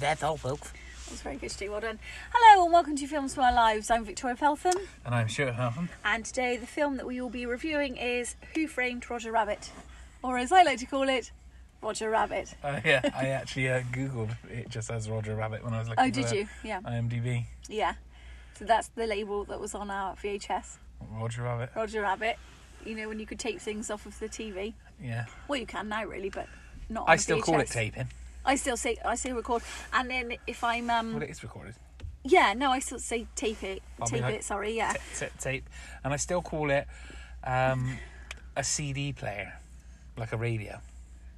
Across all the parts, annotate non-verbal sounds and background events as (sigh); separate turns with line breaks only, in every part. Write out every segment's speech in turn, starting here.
That's all, folks.
That was very good, Stu. Well done. Hello and welcome to Films for Our Lives. I'm Victoria Feltham,
And I'm Stuart (laughs) Halfon.
and today the film that we will be reviewing is Who Framed Roger Rabbit, or as I like to call it, Roger Rabbit.
Uh, yeah, I actually uh, googled it just as Roger Rabbit when I was looking.
Oh, did
for
you? Yeah.
IMDb,
Yeah. So that's the label that was on our VHS,
Roger Rabbit.
Roger Rabbit. You know when you could tape things off of the TV.
Yeah.
Well, you can now, really, but not. On
I
a
still call it
VHS. Hmm.
taping.
I still say I still record, and then if I'm um
Well, it is recorded.
yeah no I still say tape it
I'll be
tape
like-
it sorry yeah
Ta- ta- tape, and I still call it um, a CD player, like a radio.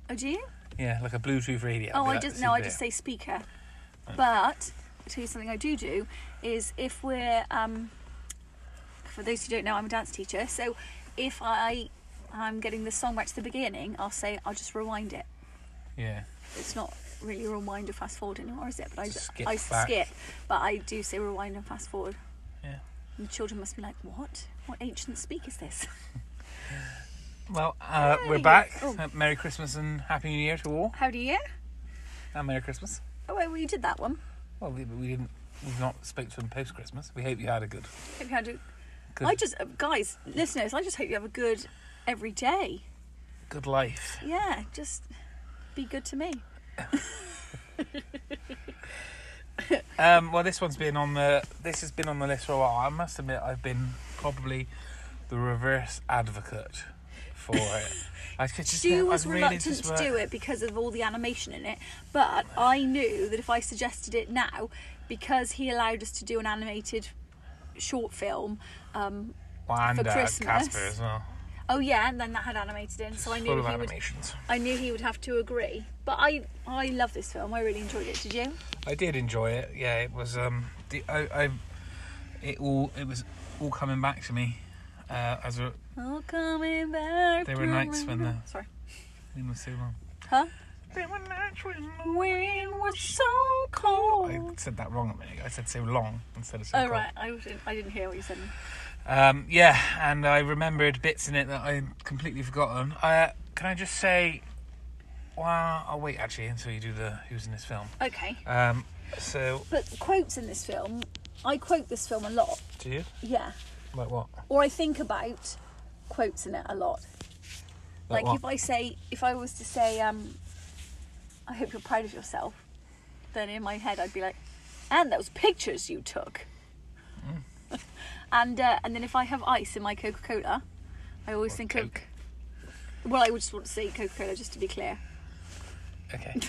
oh do you
Yeah, like a Bluetooth radio.
oh
but
I
that's
just
a
no I
CD
just say speaker, but I tell you something I do do is if we're um for those who don't know I'm a dance teacher so if I I'm getting the song back to the beginning I'll say I'll just rewind it
Yeah.
it's not really rewind or fast forward anymore is it but I
Just skip
I
back.
skip but I do say rewind and fast forward
Yeah.
and the children must be like what what ancient speak is this. (laughs)
Well, uh, we're
Hey.
back.
Oh.
Uh, Merry Christmas and Happy New Year to all.
How do you?
And Merry Christmas.
Oh, well, you did that one.
Well, we, we didn't. We've not spoke to them post Christmas. We hope you had a good.
Hope you had a-
Good.
I just, uh, guys, listeners, I just hope you have a good every day.
Good life.
Yeah, just be good to me.
Um, well, this one's been on the. This has been on the list for a while. I must admit, I've been probably the reverse advocate for
(laughs)
it. I could just.
Stu
I
was
really
reluctant
just
to
were-
do it because of all the animation in it, but I knew that if I suggested it now, because he allowed us to do an animated short film, um,
Well, and
for
uh,
Christmas.
Casper as well.
oh yeah, and then that had animated in, so I
Full
knew
of
he would.
animations.
I knew he would have to agree. But I, I love this film. I really enjoyed it. Did you?
I did enjoy it. Yeah, it was. Um, the, I, I, it all. It was all coming back to me. Uh, as a,
Oh, coming back.
There were
to
nights
my
when
room.
the-
Sorry.
it was so long.
Huh?
There were nights when the
Wind was so
I
cold.
said that wrong a minute ago. I said so long instead of so
Oh
cold.
right, I didn't, I didn't hear what you said.
Um, yeah, and I remembered bits in it that I completely forgotten. Uh, can I just say? Well, I'll wait actually until you do the who's in this film.
Okay,
Um, so
but quotes in this film, I quote this film a lot.
do you
Yeah,
like what?
or I think about quotes in it a lot. Like
what?
if I say, if I was to say, um, I hope you're proud of yourself, then in my head I'd be like, and those pictures you took.
Mm.
(laughs) and uh, and then if I have ice in my Coca Cola, I always
Or
think
Coke.
of. Well, I would just want to say Coca Cola just to be clear.
Okay.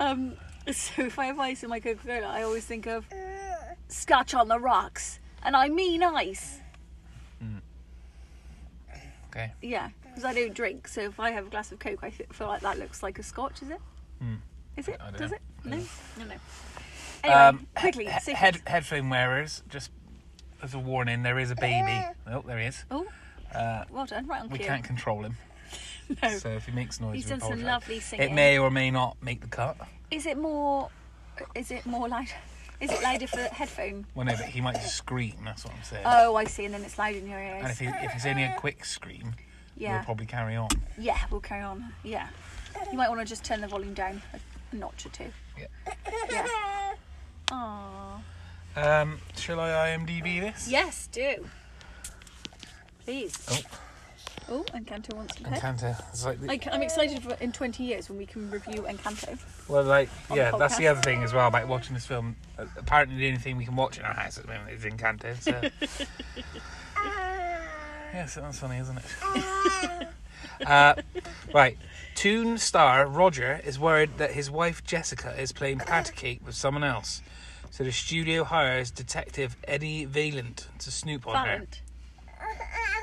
Um, (laughs) so if I have ice in my Coca Cola, I always think of scotch on the rocks, and I mean ice.
okay.
Yeah, because I don't drink, so if I have a glass of Coke, I th- feel like that looks like a scotch. Is it? Is it?
Hmm. I don't
Does
know.
it? No, no, no. (laughs) Anyway, quickly,
Um, he-
say
head, headphone wearers, just as a warning, there is a baby.
(laughs)
Oh, there he is.
Oh,
Uh,
well done, right on
we
cue.
can't control him,
(laughs) No.
so if he makes noise,
He's
we
done some
apologise.
lovely
It
singing.
may or may not make the cut.
Is it more? Is it more loud? Is it louder for headphone?
Well, no, but he might scream. That's what I'm saying.
Oh, I see, and then it's loud in your
and if,
ears.
he, if it's only a quick scream,
Yeah,
we'll probably carry on.
yeah, we'll carry on. Yeah, you might want to just turn the volume down a notch or two.
Yeah.
Yeah. Aww.
Um, shall I IMDb this?
Yes, do. Please.
Oh.
Oh, Encanto wants to play.
Encanto. It's like the-
Like, I'm excited for in 20 years when we can review Encanto.
well, like
On
yeah,
the
that's the
podcast.
other thing as well about watching this film. Uh, Apparently, the only thing we can watch in our house at the moment is Encanto. So.
(laughs)
yes, that's funny, isn't it?
(laughs)
uh, right, Toon star Roger is worried that his wife Jessica is playing patty cake with someone else, so the studio hires detective Eddie Valent to snoop on her.
Valiant.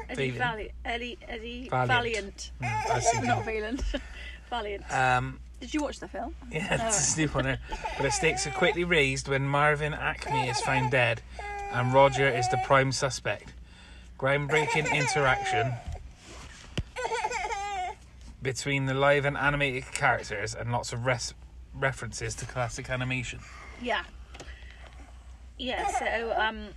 Eddie
Valiant.
Valiant. Eddie, Eddie
Valiant.
Valiant.
Mm,
(laughs)
I see.
Not Valiant. Valiant.
Um,
Did you watch the film?
Yeah,
Oh.
(laughs) to snoop on her. But the stakes are quickly raised when Marvin Acme is found dead and Roger is the prime suspect. Groundbreaking interaction between the live and animated characters and lots of res- references to classic animation.
Yeah. Yeah, so um,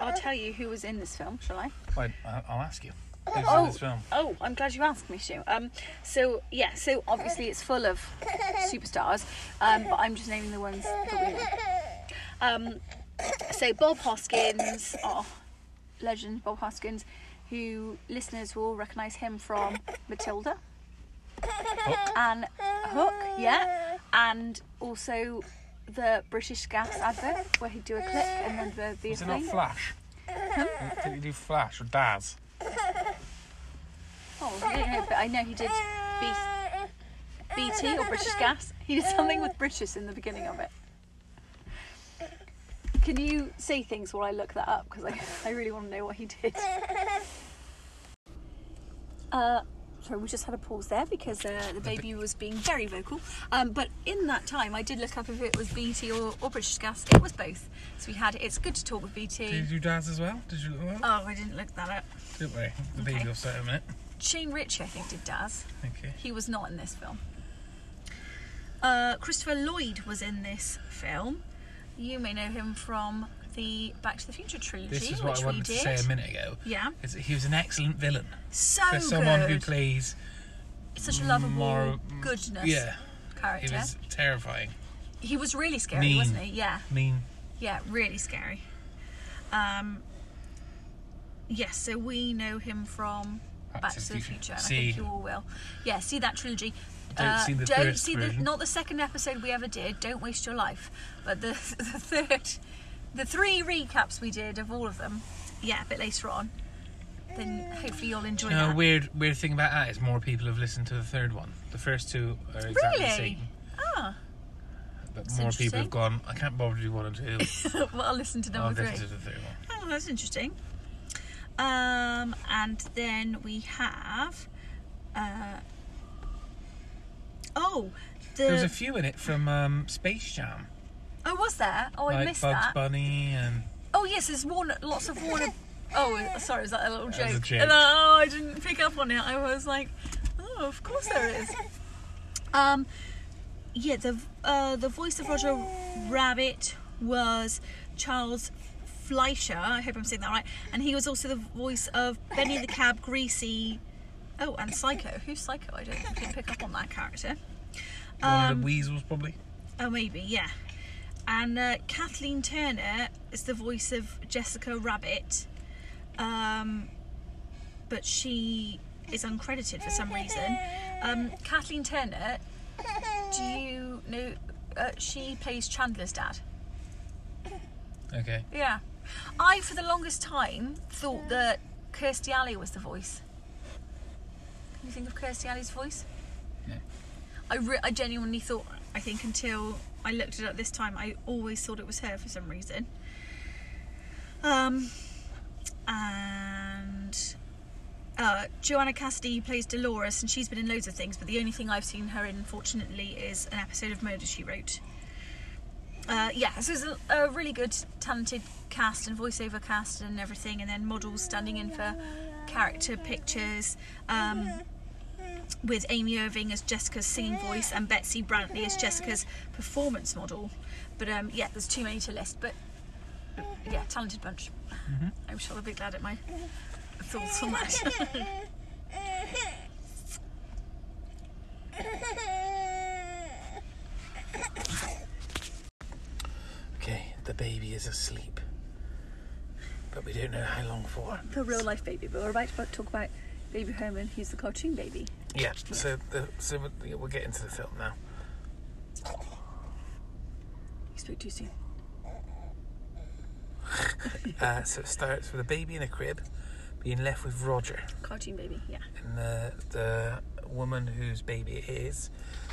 I'll tell you who was in this film, shall I?
Wait, I- I'll ask you. Who's
Oh.
in this film?
Oh, I'm glad you asked me, Stu. Um, so yeah, so obviously it's full of superstars, um, but I'm just naming the ones that we know. Um, so Bob Hoskins, oh, legend Bob Hoskins, who listeners will recognise him from Matilda and Hook, yeah, and also the British Gas advert where he'd do a click and then the the
Is it not
thing.
Flash? Did you do Flash or Daz?
Oh, I don't know, but I know he did B- BT or British Gas. He did something with British in the beginning of it. Can you say things while I look that up? Because I, I really want to know what he did. Uh, sorry, we just had a pause there because uh, the baby was being very vocal. Um, but in that time, I did look up if it was BT or, or British Gas. It was both. So we had It's Good to Talk with
Did you
BT.
do Daz as well? Did you look that up?
Oh, I didn't look that up.
Didn't we? The
okay.
baby will say in a minute.
Shane Ritchie, I think, did Daz.
Okay.
He was not in this film. Uh, Christopher Lloyd was in this film. You may know him from the Back to the Future trilogy,
This
which
is what I
we
wanted to
did.
say a minute ago.
Yeah,
Is that he was an excellent villain
so
for someone who
good.
plays.
It's Such a lovable
moral-
goodness
Yeah, he
character.
was terrifying.
He was really scary,
Mean.
wasn't he? Yeah,
Mean.
yeah, really scary. Um, yes, so we know him from Back, to, the Future, and I
See.
think you all will. Yeah, see that trilogy. Uh,
Don't see the
don't
first
see the,
version.
not the second episode we ever did. Don't waste your life. But the (laughs) the third, the three recaps we did of all of them. Yeah, a bit later on. Then hopefully you'll enjoy
No, a
that.
weird, weird thing about that is more people have listened to the third one. The first two are exactly the
really?
same,
Ah, (laughs)
but
That's
more people
interesting.
have gone. I can't bother to do one
(laughs)
and two.
well, I'll listen to
I'll
number
listen
three.
to the third one.
Oh, that's interesting. Um, and then we have. Uh, oh,
There was a
the.
few in it from um, Space Jam,
oh, was there? Oh, I
like
missed
Bugs
that.
Bunny and
Oh, yes, there's Warner, lots of Warner. Oh, sorry, is that a little
That was
joke?
a joke.
And, oh, I didn't pick up on it. I was like, oh, of course there is. Um, yeah, the uh, the voice of Roger Rabbit was Charles Fleischer. I hope I'm saying that right. And he was also the voice of Benny the Cab, Greasy. Oh, and Psycho. Who's Psycho? I don't didn't pick up on that character.
one of
Um,
the Weasels, probably.
Oh, maybe, yeah. And uh, Kathleen Turner is the voice of Jessica Rabbit, um, but she is uncredited for some reason. Um, Kathleen Turner, do you know? Uh, she plays Chandler's dad.
Okay.
Yeah. I, for the longest time, thought that Kirstie Alley was the voice. Can you think of Kirstie Alley's voice?
No.
I, re- I genuinely thought, I think until I looked it up this time, I always thought it was her for some reason. Um, and uh, Joanna Cassidy plays Dolores, and she's been in loads of things, but the only thing I've seen her in, fortunately, is an episode of Murder She Wrote. Uh, yeah, so it's a, a really good, talented cast and voiceover cast and everything, and then models standing in for character pictures. Um, with Amy Irving as Jessica's singing voice and Betsy Brantley as Jessica's performance model. But um, yeah, there's too many to list. But yeah, talented bunch. I'm sure they'll be glad at my thoughts on (laughs) that.
Okay, the baby is asleep, but we don't know how long for.
the real life baby, but we're about to talk about Baby Herman, who's the cartoon baby.
Yeah. So, the, so we- we'll get into the film now.
You spoke too soon.
Uh, so it starts with a baby in a crib, being left with Roger,
Cartoon baby, yeah.
and the the woman whose baby it is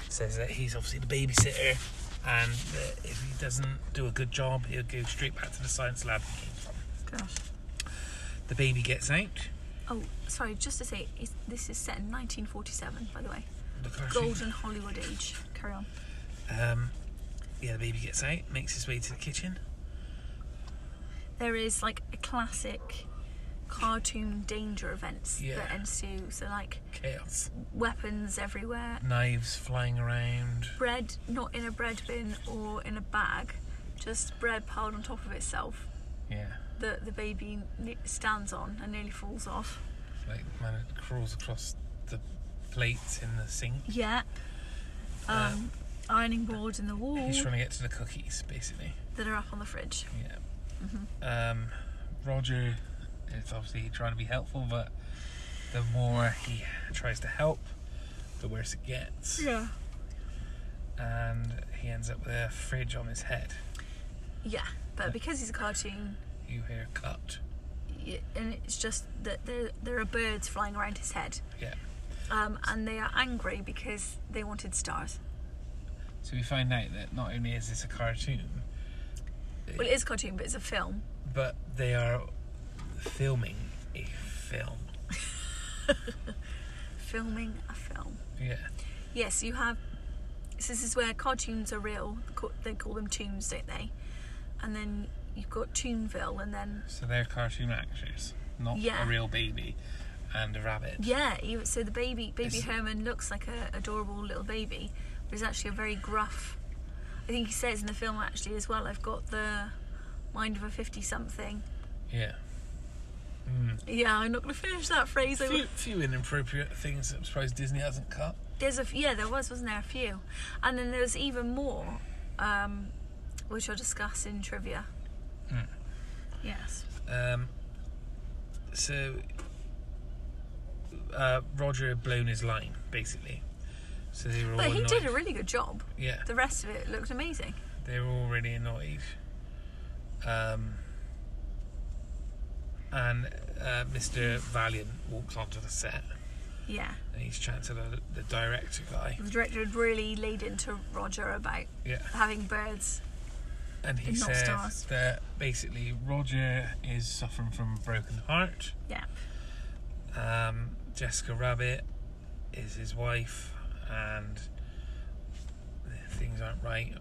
says that he's obviously the babysitter, and that if he doesn't do a good job, he'll go straight back to the science lab he came from.
Gosh.
The baby gets out.
Oh, sorry, just to say, is, this is set in 1947, by the way.
The cartoon
Golden Hollywood age. Carry on.
Um, yeah, the baby gets out, makes his way to the kitchen.
there is like a classic cartoon danger events
Yeah.
that ensue. So like
Chaos.
weapons everywhere,
Knives flying around.
bread not in a bread bin or in a bag, just bread piled on top of itself,
Yeah.
that the baby ne- stands on and nearly falls off.
Like man it crawls across the plates in the sink.
Yeah. Um, ironing board in the wall
He's trying to get to the cookies, basically.
that are up on the fridge.
Yeah. Um, Roger is obviously trying to be helpful, but the more he tries to help, the worse it gets.
Yeah.
And he ends up with a fridge on his head.
Yeah, but because he's a cartoon,
You hear cut.
y- and it's just that there there are birds flying around his head,
Yeah.
um, and they are angry because they wanted stars.
So we find out that not only is this a cartoon,
Well, it is a cartoon, but it's a film.
but they are filming a film.
Filming a film.
Yeah.
Yes, you have. So this is where cartoons are real. co- They call them toons, don't they? And then you've got Toonville, and then
So they're cartoon actors, not
Yeah.
a real baby and a rabbit.
yeah. You, so the baby, baby
Is-
Herman, looks like a adorable little baby, but he's actually a very gruff. I think he says in the film actually as well. I've got the mind of a fifty-something.
Yeah. Mm.
Yeah, I'm not going to finish that phrase. I
Few, few inappropriate things that I'm surprised Disney hasn't cut.
There's a f- yeah, there was, wasn't there? A few, and then there was even more, um, which I'll discuss in trivia.
Mm.
Yes.
Um, so uh, Roger had blown his line basically. So they were all
But he
annoyed.
did a really good job.
yeah,
The rest of it looked amazing.
they were all really annoyed. Um, and uh, Mr. Valiant walks onto the set
Yeah.
and he's chatting to the, the director guy.
The director had really laid into Roger about
Yeah,
having birds.
and he
They're not
says
stars.
that basically Roger is suffering from a broken heart.
Yeah.
Um, Jessica Rabbit is his wife, and things aren't right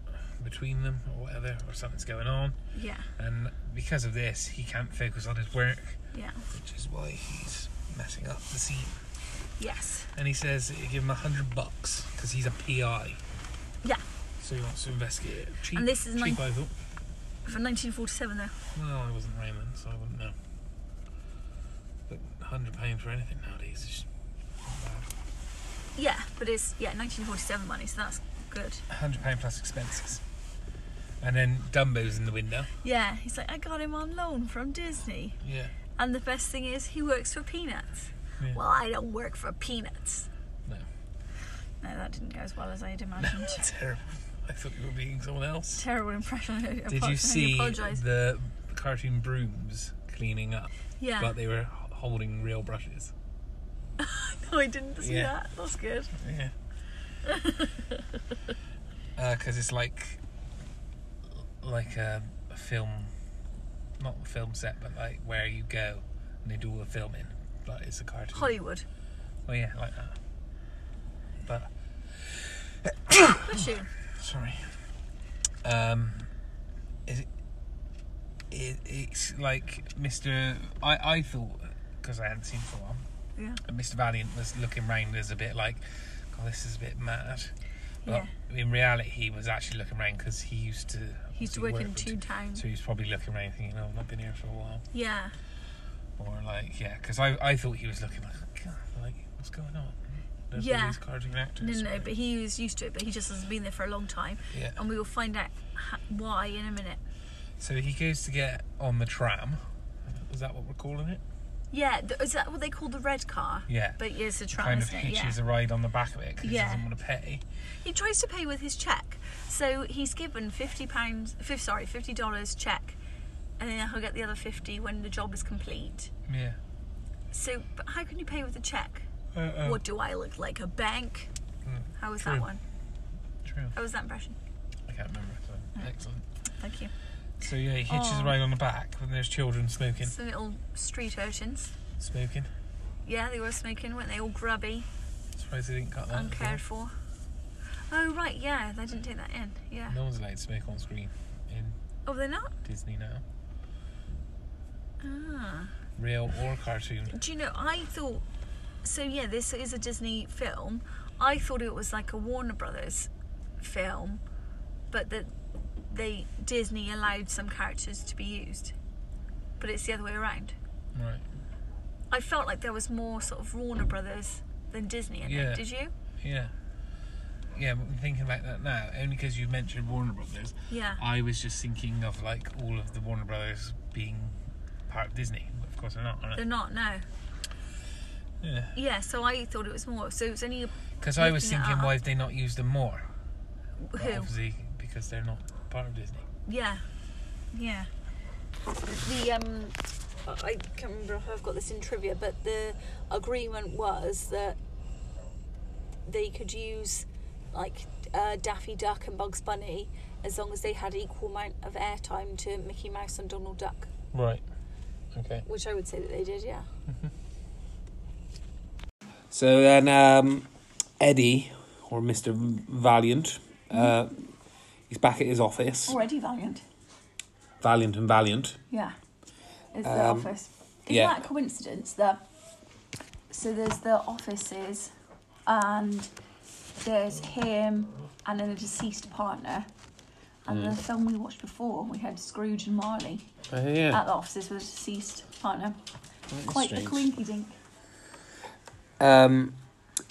between them, or whatever, or something's going on.
Yeah.
And because of this, he can't focus on his work,
Yeah.
which is why he's messing up the scene.
Yes.
And he says he give him a hundred bucks because he's a PI,
Yeah.
so he wants to investigate it. Cheap,
And this is
cheap,
nine-
I thought.
From 1947, though.
Well, I wasn't Raymond, so I wouldn't know. But hundred pounds for anything nowadays is not bad.
Yeah, but it's yeah 1947 money, so that's good.
hundred pound plus expenses. And then Dumbo's in the window.
Yeah. He's like, I got him on loan from Disney,
(laughs) Yeah.
and the best thing is he works for peanuts.
Yeah.
Well, I don't work for peanuts.
No.
No, that didn't go as well as I had
(laughs)
imagined.
Terrible. I thought you were being someone else.
Terrible impression. I
Did you see
Apologize.
the cartoon brooms cleaning up?
yeah. (laughs)
But they were h- holding real brushes.
no, Oh, I didn't see
Yeah.
that. That's good.
Yeah. (laughs) Because it's like like a, a film, not a film set, but like where you go and they do all the filming. But it's a cartoon.
Hollywood.
Oh yeah, like that. But
Bless
(laughs)
you.
Sorry. Um, is it, it, it's like Mr. I, I thought, because I hadn't seen it for a while,
Yeah.
and Mr. Valiant was looking round as a bit like, God, this is a bit mad. But
Yeah.
in reality, he was actually looking around because he used to.
He used to
obviously
work in
for
two
t-
towns.
So he was probably looking around thinking, oh, I've not been here for a while.
Yeah.
Or like, yeah, because I, I thought he was looking like, God, like, what's going on? There's all
Yeah.
these cartoon actors.
No, no, no,
around."
but he was used to it, but he just hasn't been there for a long time.
Yeah.
And we will find out ha- why in a minute.
So he goes to get on the tram. Is that what we're calling it?
Yeah, th- is that what they call the red car?
Yeah.
But yeah, it's a tram,
kind of
isn't it? Yeah.
hitches a ride on the back of it because
Yeah.
he doesn't want to pay.
He tries to pay with his cheque. So he's given fifty pounds fif- sorry, fifty dollars cheque and then he'll get the other fifty when the job is complete.
Yeah.
So but how can you pay with a cheque?
Uh, uh,
What do I look like? A bank?
Mm,
How was
true.
that one?
True.
How was that impression?
I can't remember. So. Excellent.
Thank you.
So yeah, he hitches
Aw.
a ride on the back when there's children smoking.
It's the little street urchins.
Smoking.
Yeah, they were smoking, weren't they? All grubby,
Surprised they didn't cut that. as well.
uncared for. Oh right, yeah, they didn't take that in. Yeah.
No one's allowed to smoke on screen in
Oh, they're not.
Disney now,
Ah.
real or cartoon.
Do you know? I thought. So yeah, this is a Disney film. I thought it was like a Warner Brothers film, but that they Disney allowed some characters to be used. but it's the other way around.
Right.
I felt like there was more sort of Warner Brothers than Disney in
Yeah.
it. Did you?
Yeah. Yeah, but thinking about that now, only because you mentioned Warner Brothers,
Yeah.
I was just thinking of like all of the Warner Brothers being part of Disney. But Of course, they're not, are
They're
they?
not now.
Yeah.
Yeah. So I thought it was more. So it's only
Because I was
Looking it
thinking,
up.
why have they not used them more?
a,
But
who?
Obviously, because they're not part of Disney.
Yeah. Yeah. The um I can't remember if I've got this in trivia, but the agreement was that they could use like uh, Daffy Duck and Bugs Bunny as long as they had equal amount of airtime to Mickey Mouse and Donald Duck,
Right. Okay.
which I would say that they did, yeah.
So then, um, Eddie, or Mr. Valiant, uh, he's back at his office.
Already Valiant.
Valiant and Valiant.
Yeah. It's
the Um, office.
Isn't
yeah.
that a coincidence that so there's the offices and there's him and then a deceased partner. And
Mm.
the film we watched before, we had Scrooge and Marley at
Oh, yeah.
the offices with a deceased partner. Quite the quinky dink.
Um,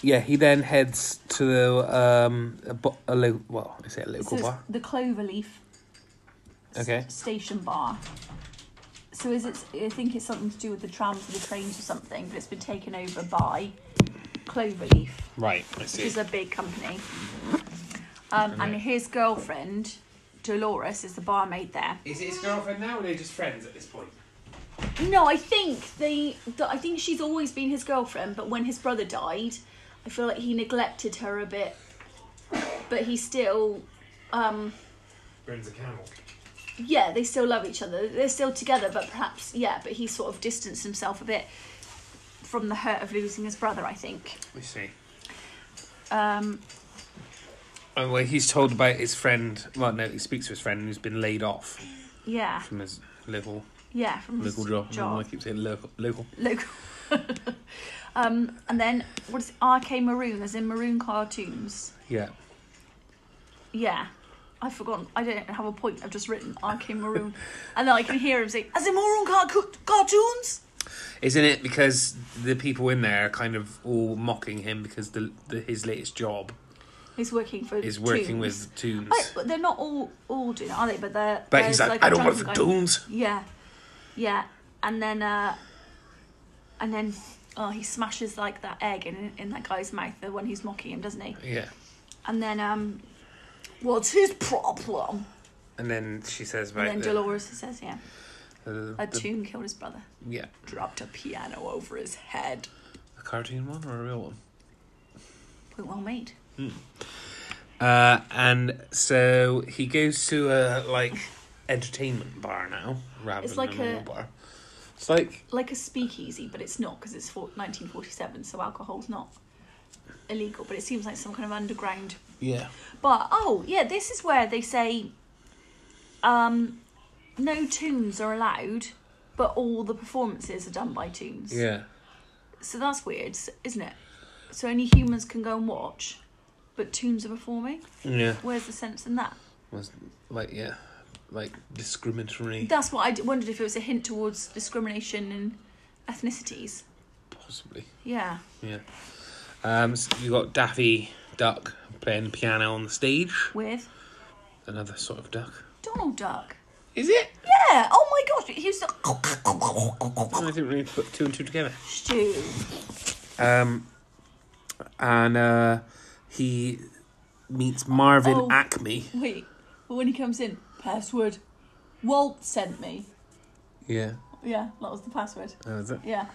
yeah, he then heads to the um, a, bo- a lo- well, I say a
So
local
it's
bar.
the Cloverleaf s-
Okay.
station bar. So is it? I think it's something to do with the trams or the trains or something, but it's been taken over by Cloverleaf.
Right, I
which is a big company. Um, and his girlfriend, Dolores, is the barmaid there.
Is it his girlfriend now, or are they just friends at this point?
No, I think the, the I think she's always been his girlfriend, but when his brother died, I feel like he neglected her a bit. But he still, um,
Burns a camel.
yeah, they still love each other. They're still together, but perhaps yeah. But he sort of distanced himself a bit from the hurt of losing his brother. I think.
We see.
Um,
And Oh, well, he's told about his friend. Well, no, he speaks to his friend who's been laid off
yeah,
from his local
yeah. From his
local job. I keep saying local. Local.
local. (laughs) um, and then what is it? RK Maroon, as in Maroon cartoons.
Yeah.
Yeah, I've forgotten. I don't have a point. I've just written RK
(laughs)
Maroon, and then I can hear him say, "As in Maroon car- co- cartoons."
Isn't it because the people in there are kind of all mocking him because the, the his latest job
He's working for.
is working
Toons.
with Toons.
Wait, but they're not all all doing it, are they? But they're.
but he's
there's
like,
a
I don't work
drunken
for
guy-
Toons.
Yeah, yeah, and then uh, and then oh, he smashes like that egg in in that guy's mouth, the one who's mocking him, doesn't he?
Yeah.
And then um, what's his problem?
And then she says about
And then
the-
Dolores says, yeah,
the-
a
the-
tune killed his brother,
yeah,
dropped a piano over his head.
a cartoon one or a real one.
Point well made.
Uh, and so he goes to a like entertainment bar now rather
It's
than
like
a normal
a-
bar. It's like
Like a speakeasy, but it's not because it's for 1947, so alcohol's not illegal. But it seems like some kind of underground
yeah,
But oh yeah, this is where they say um no tunes are allowed, but all the performances are done by tunes.
yeah,
So that's weird, s- isn't it? So only humans can go and watch, but tunes are performing.
yeah.
Where's the sense in that?
Was like yeah, like discriminatory
That's what I d- wondered if it was a hint towards discrimination and ethnicities.
possibly.
Yeah.
Yeah. Um, so you got Daffy Duck playing piano on the stage.
With
Another sort of duck.
Donald Duck.
Is it?
Yeah. Oh my gosh, he was the
I didn't really put two and two together.
stew.
Um, and uh, he meets Marvin
Oh.
Acme.
Wait, but when he comes in, password. Walt sent me.
Yeah.
Yeah, that was the password.
That was it.
Yeah.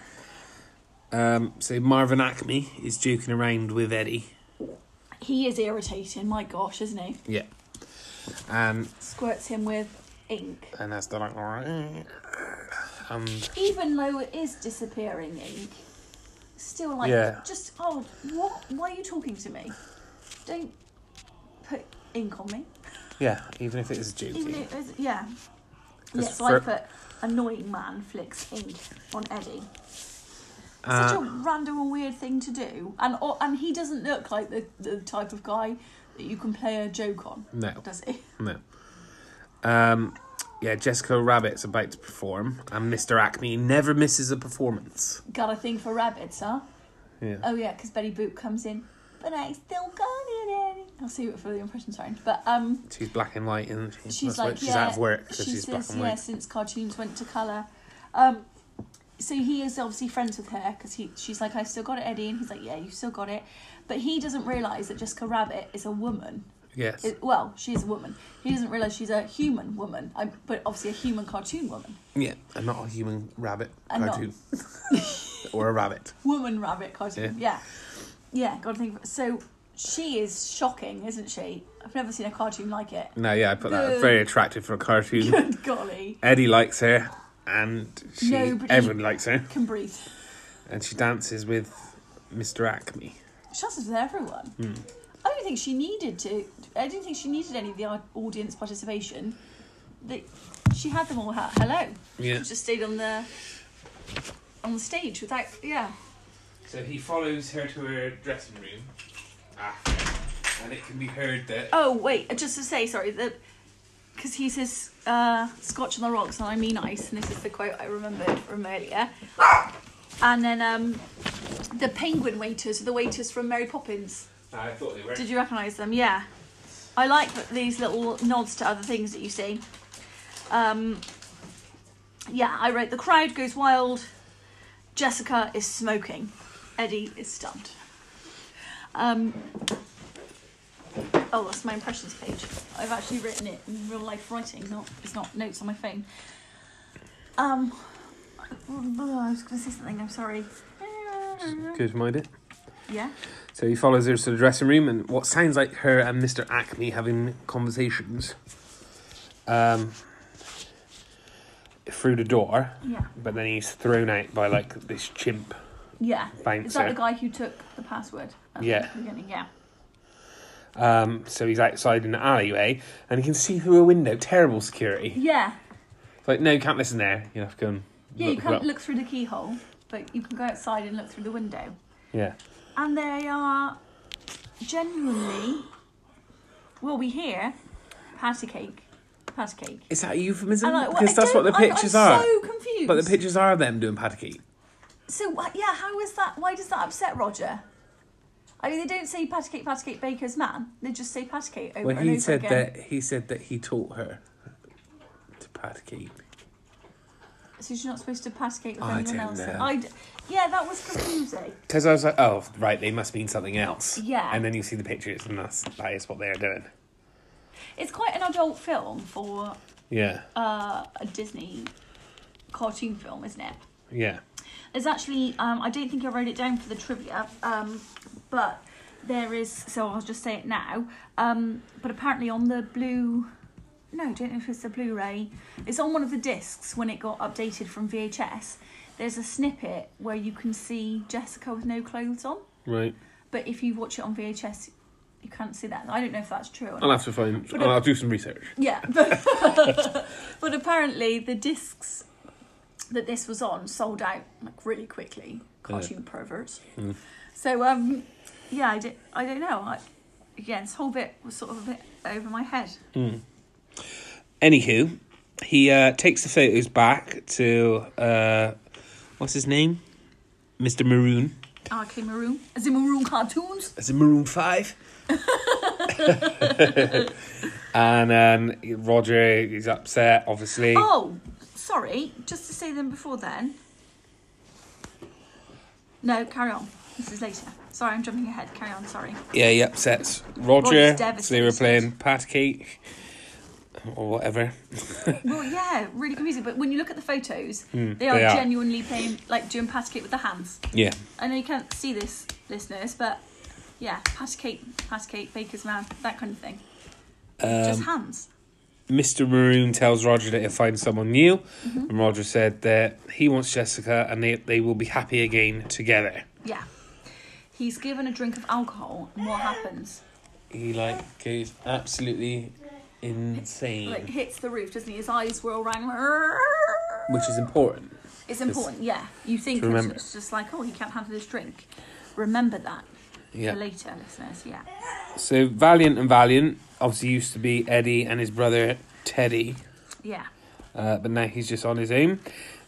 Um, so Marvin Acme is joking around with Eddie.
He is irritating, my gosh, isn't he?
Yeah. And
Squirts him with ink.
and that's the like alright. Um, And
Even though it is disappearing ink, still like
Yeah.
just oh what why are you talking to me? Don't put ink on me.
yeah, even if it is
Even
joking.
though it was, yeah. Yeah,
Just
so I
for-
put annoying man flicks ink on Eddie. Such a
Uh,
random and weird thing to do, and or, and he doesn't look like the, the type of guy that you can play a joke on,
no.
does he?
No. Um Yeah, Jessica Rabbit's about to perform, and Mr. Acme never misses a performance.
Got a thing for rabbits, huh?
Yeah.
Oh yeah, because Betty Boop comes in, but I still got it. Eddie." I'll see what for the impressions are. But um,
She's black and white, and she?
she's
That's why
like,
she's
yeah,
out of work because
she
she's black
says,
and
yeah,
white.
since cartoons went to color. Um, so he is obviously friends with her because he, she's like, I still got it, Eddie, and he's like, Yeah, you still got it. But he doesn't realize that Jessica Rabbit is a woman.
Yes.
It, well, she is a woman. He doesn't realize she's a human woman, um, but obviously a human cartoon woman,
yeah, and not a human rabbit
And not- (laughs)
cartoon. or a rabbit.
woman rabbit cartoon. Yeah, yeah. got to think. Of, so she is shocking, isn't she? I've never seen a cartoon like it. (laughs)
No, yeah, I put that. Very attractive for a cartoon.
Good golly,
Eddie likes her, and she,
Nobody-
everyone likes her,
can breathe.
and she dances with Mr. Acme.
She dances with everyone. I don't think she needed to. I don't think she needed any of the au- audience participation. They, she had them all. Ha- hello.
Yeah.
She just stayed on the on the stage without. Yeah.
So he follows her to her dressing room after, and it can be heard that
Oh wait, uh, just to say sorry that because he says uh, Scotch on the rocks and I mean ice, and this is the quote I remembered from earlier. And then um, the penguin waiters, are the waiters from Mary Poppins.
I thought they were.
Did you recognise them? Yeah. I like th- these little nods to other things that you see. Um, yeah, I wrote The Crowd Goes Wild, Jessica is smoking, Eddie is stunned. Um, oh, that's my impressions page. I've actually written it in real life writing, not it's not notes on my phone. Um, I was going to say something, I'm sorry.
Good minded.
Yeah?
So he follows her to the dressing room, and what sounds like her and Mr. Acme having conversations um, through the door,
Yeah.
but then he's thrown out by like this chimp.
Yeah. Is that
Bouncer.
the guy who took the password? at the
Yeah.
beginning? Yeah.
Um, so he's outside in the alleyway, and he can see through a window. Terrible security.
Yeah.
It's like, no, you can't listen there. You have to go and
Yeah, you
as
can't
well.
look through the keyhole, but you can go outside and look through the window.
Yeah,
And they are genuinely, well, we hear patty cake, patty cake.
is that a euphemism?
And I- well, I
because that's what
don't-
the
I'm-
pictures
I'm,
are.
so confused.
But the pictures are them doing paddocky.
So wh- yeah, how is that? Why does that upset Roger? I mean, they don't say patty cake, patty cake, baker's man. They just say patty cake over
Well,
and
he
over
said
again.
that he said that he taught her to paddocky.
So she's not supposed to patty cake with
I
anyone else.
don't know.
I d- yeah, that was confusing.
Because I was like, oh, right, they must mean something else.
Yeah.
And then you see the pictures, and that's that is what they are doing.
It's quite an adult film for
Yeah,
uh, a Disney cartoon film, isn't it?
yeah.
There's actually, um, I don't think I wrote it down for the trivia, um, but there is, so I'll just say it now. Um, but apparently on the blue, no, I don't know if it's the Blu ray, it's on one of the discs when it got updated from VHS. There's a snippet where you can see Jessica with no clothes on,
Right.
but if you watch it on VHS, you can't see that. I don't know if that's true or not.
I'll have to find.
But
I'll,
it-
I'll do some research.
Yeah, (laughs) but, but apparently the discs that this was on sold out like really quickly. Cartoon perverts. So um, yeah, I, di- I don't know. I, yeah, this whole bit was sort of a bit over my head.
Anywho, he uh, takes the photos back to uh, what's his name, Mr. Maroon.
RK Maroon, as in Maroon cartoons.
Is it Maroon Five? (laughs) and um, Roger is upset, obviously.
Oh, sorry, just to say them before then. No, carry on. This is later. Sorry, I'm jumping ahead. Carry on. Sorry.
Yeah, he upsets
Roger's
Roger. So they were
devastated.
playing pat cake or whatever.
Well, yeah, really confusing. But when you look at the photos, they, are
they are.
genuinely playing like doing patty cake with the hands.
Yeah.
I know you can't see this, listeners, but yeah, patty cake, patty cake, baker's man, that kind of thing.
Um,
Just hands.
Mr. Maroon tells Roger that he'll find someone new,
Mm-hmm.
and Roger said that he wants Jessica and they, they will be happy again together.
Yeah. He's given a drink of alcohol, and what happens?
He like goes absolutely insane,
Like hits the roof, doesn't he? His eyes whirl round.
which is important.
It's important, yeah. You think
To remember.
it's just like, oh, he can't handle this drink. Remember that
Yeah.
for later, listeners. Yeah.
So Valiant and Valiant obviously used to be Eddie and his brother Teddy,
Yeah.
Uh, but now he's just on his own.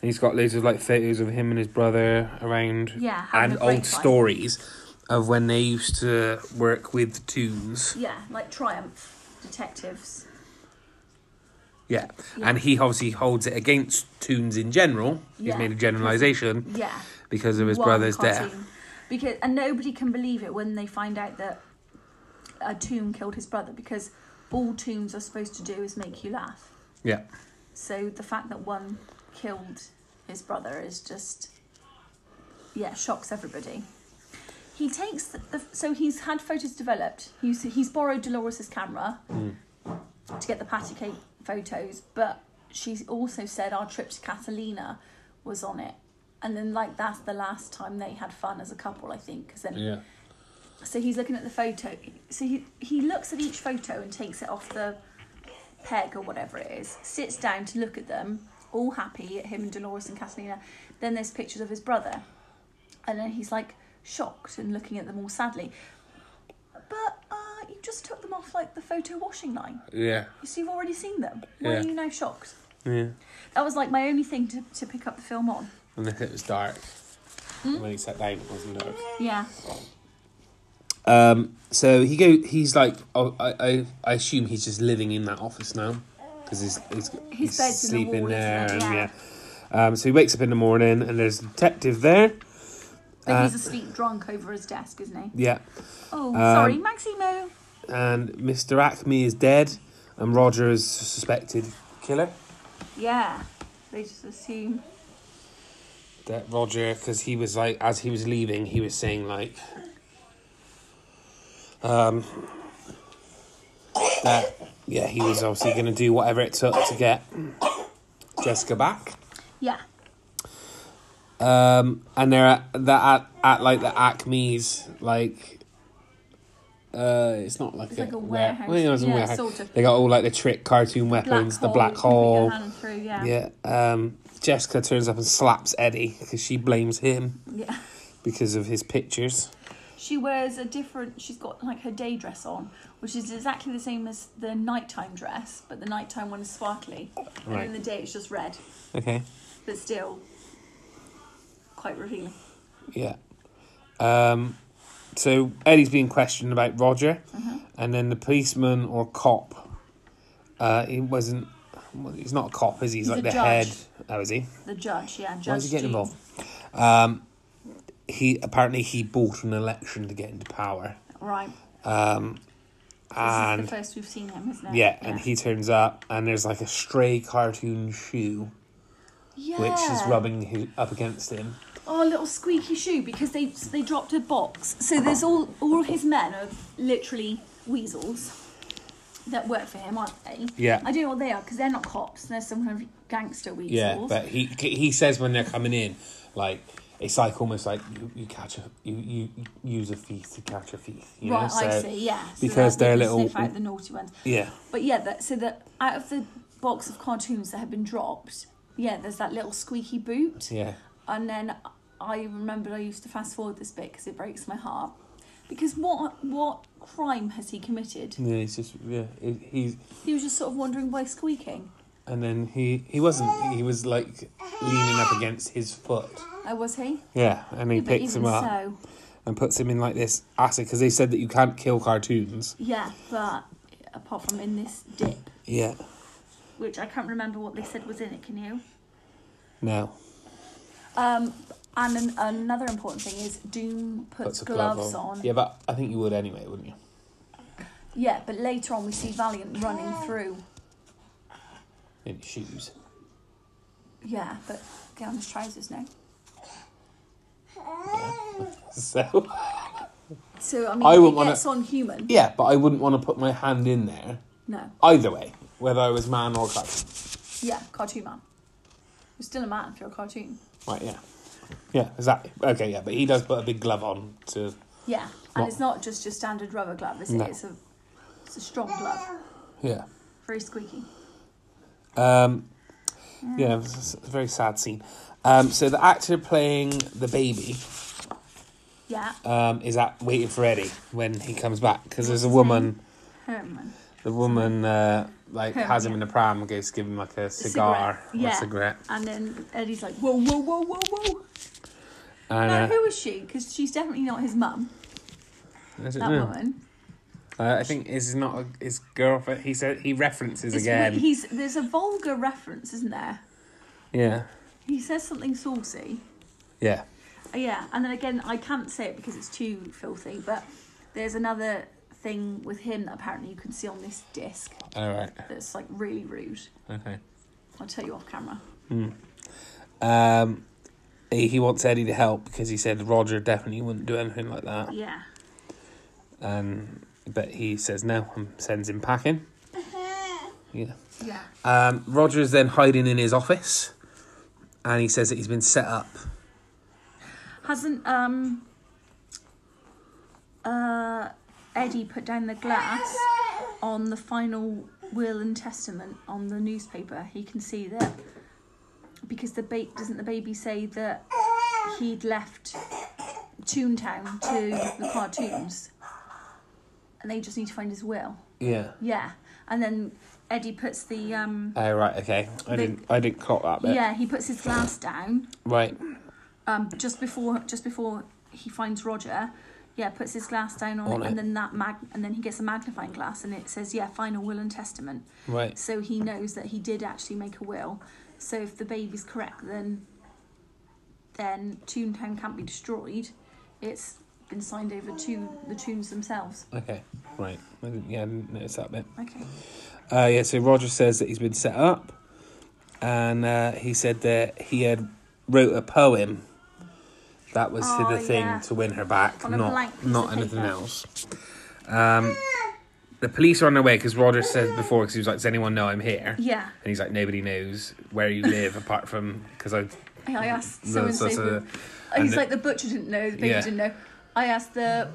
And he's got loads of like photos of him and his brother around
Yeah, having
and
a great time.
old stories of when they used to work with tunes.
Yeah, like Triumph detectives.
Yeah. And he obviously holds it against tunes in general.
Yeah.
He's made a generalization
Yeah.
because of his
one
brother's death.
cartoon. Because and nobody can believe it when they find out that a tomb killed his brother because all tombs are supposed to do is make you laugh.
Yeah.
So the fact that one killed his brother is just yeah shocks everybody. He takes the, the so he's had photos developed. He's he's borrowed Dolores's camera to get the patty cake photos, but she's also said our trip to Catalina was on it. And then like that's the last time they had fun as a couple, I think, because then
Yeah.
so he's looking at the photo. So he he looks at each photo and takes it off the peg or whatever it is. Sits down to look at them, all happy at him and Dolores and Catalina. Then there's pictures of his brother, and then he's like shocked and looking at them all sadly. But uh, you just took them off like the photo washing line.
Yeah.
So you've already seen them. Why
Yeah.
are you now shocked?
Yeah.
That was like my only thing to, to pick up the film on.
Unless it was dark.
Hmm?
When he sat down, it wasn't dark.
Yeah.
Um, so he go. He's like. Oh, I, I. I assume he's just living in that office now because he's he's, he's
bed's in the
sleeping
wall,
there.
isn't it?
and,
Yeah.
yeah. Um, so he wakes up in the morning and there's a detective there.
But
Uh, um,
he's asleep drunk over his desk, isn't he?
Yeah,
Oh, sorry, Maximo.
and Mr. Acme is dead, and Roger is suspected killer.
Yeah, they just assume.
That Roger, because he was like, as he was leaving, he was saying like, um, that yeah, he was obviously going to do whatever it took to get Jessica back.
Yeah,
Um, and they're at that at, at like the Acme's like. Uh, it's not like
It's
a,
like a
ware-
warehouse.
well, yeah, it's a
Yeah,
warehouse.
sort of.
They got all like the trick cartoon weapons, the black hole.
Hand through, yeah.
Yeah. Um, Jessica turns up and slaps Eddie because she blames him
yeah.
because of his pictures.
She wears a different. She's got like her day dress on, which is exactly the same as the nighttime dress, but the nighttime one is sparkly, and
Right.
in the day it's just red,
Okay.
but still quite revealing.
Yeah. Um, so Eddie's being questioned about Roger,
Mm-hmm.
and then the policeman or cop. Uh, he wasn't. well, He's not a cop, is he? He's,
He's
like
a
the
judge.
head. Oh, is he?
The judge, yeah, judge.
Why does he get
Jean.
involved? Um, he apparently he bought an election to get into power,
Right.
um,
this is
and
the first we've seen him, isn't it?
yeah, and he turns up, and there's like a stray cartoon shoe
yeah.
which is rubbing his, up against him.
Oh, little squeaky shoe because they they dropped a box. So there's all all his men are literally weasels that work for him, aren't they?
Yeah.
I don't know what they are because they're not cops. They're some kind of gangster
Yeah,
weasels.
but he he says when they're coming in, like it's like almost like you, you catch a you, you you use a thief to catch a thief. You know?
right, I
so-
see. Yeah. So
because
that they
they're
can
little-
Sniff out the naughty ones.
Yeah,
But yeah, that so that out of the box of cartoons that have been dropped, yeah, there's that little squeaky boot.
yeah,
And then I remembered I used to fast forward this bit because it breaks my heart. Because what what crime has he committed?
yeah. It's just yeah. It, he's
He was just sort of wondering why squeaking.
and then he he wasn't. He was like leaning up against his foot.
Oh, was he?
Yeah, and he
but
picks
even
him up
so,
and puts him in like this acid because they said that you can't kill cartoons.
yeah, but apart from in this dip,
Yeah.
which I can't remember what they said was in it, can you?
No.
Um, and an, another important thing is Doom puts,
Puts a glove
gloves
on.
on.
Yeah, but I think you would anyway, wouldn't you?
Yeah, but later on we see Valiant running through.
In shoes.
Yeah, but get on his trousers now.
(laughs) So.
So I mean,
I
if
wouldn't
he
wanna-
gets on human.
Yeah, but I wouldn't want to put my hand in there
No.
either way, whether I was man or cat.
Yeah, cartoon man. You're still a man if you're a cartoon.
Right, yeah. Yeah, exactly. Okay, yeah, but he does put a big glove on to.
Yeah, and
What?
it's not just your standard rubber glove, is it?
No.
It's a it's a strong glove,
Yeah.
very squeaky.
Um, yeah, it
Hmm.
was a very sad scene. Um, so the actor playing the baby
Yeah. Mm-hmm.
um, is at waiting for Eddie when he comes back because there's a woman.
Herman.
The woman uh, like
Her,
has him
yeah.
in the pram and goes give him like a cigar
Cigarette.
or
Yeah.
a cigarette.
And then Eddie's like, whoa, whoa, whoa, whoa, whoa.
And,
Now,
uh,
who is she? Because she's definitely not his mum,
I don't
that
know.
woman.
Uh, I think is not a, his girlfriend. He said he references
It's
again.
weird. He's, there's a vulgar reference, isn't there?
yeah,
He says something saucy.
yeah.
Uh, Yeah, and then again, I can't say it because it's too filthy, but there's another thing with him that apparently you can see on this disc
All right.
that's like really rude.
Okay.
I'll tell you off camera.
Um, he, he wants Eddie to help because he said Roger definitely wouldn't do anything like that.
Yeah.
Um, but he says no and sends him packing. Yeah.
Yeah.
Um, Roger is then hiding in his office, and he says that he's been set up.
Hasn't um uh Eddie put down the glass on the final will and testament on the newspaper? He can see that because the ba- doesn't the baby say that he'd left Toontown to the cartoons, and they just need to find his will.
Yeah.
Yeah, and then Eddie puts the um
Oh right. Okay. I
They-
didn't. I didn't clock that bit.
yeah he puts his glass down
Right.
um, just before just before he finds Roger, yeah, puts his glass down on,
On
it,
it.
and then that mag and then he gets a magnifying glass and it says yeah, final will and testament.
Right.
So he knows that he did actually make a will. So if the baby's correct, then then Toontown can't be destroyed. It's been signed over to the Toons themselves.
Okay. Right. I didn't, yeah. I didn't notice that bit.
Okay.
Uh, yeah, so Roger says that he's been set up, and uh, he said that he had wrote a poem. That was
Oh,
the thing
yeah.
to win her back,
On a blank
not
piece
not
of
anything
paper.
else. Um, the police are on their way because Roger said before because he was like, "Does anyone know I'm here?"
Yeah.
And he's like, "Nobody knows where you live apart from because I."
I I asked
No,
so and
so-
so.
so
who-
the-
Oh, He's
and the-
like the butcher didn't know, the baby
Yeah.
didn't know. I asked the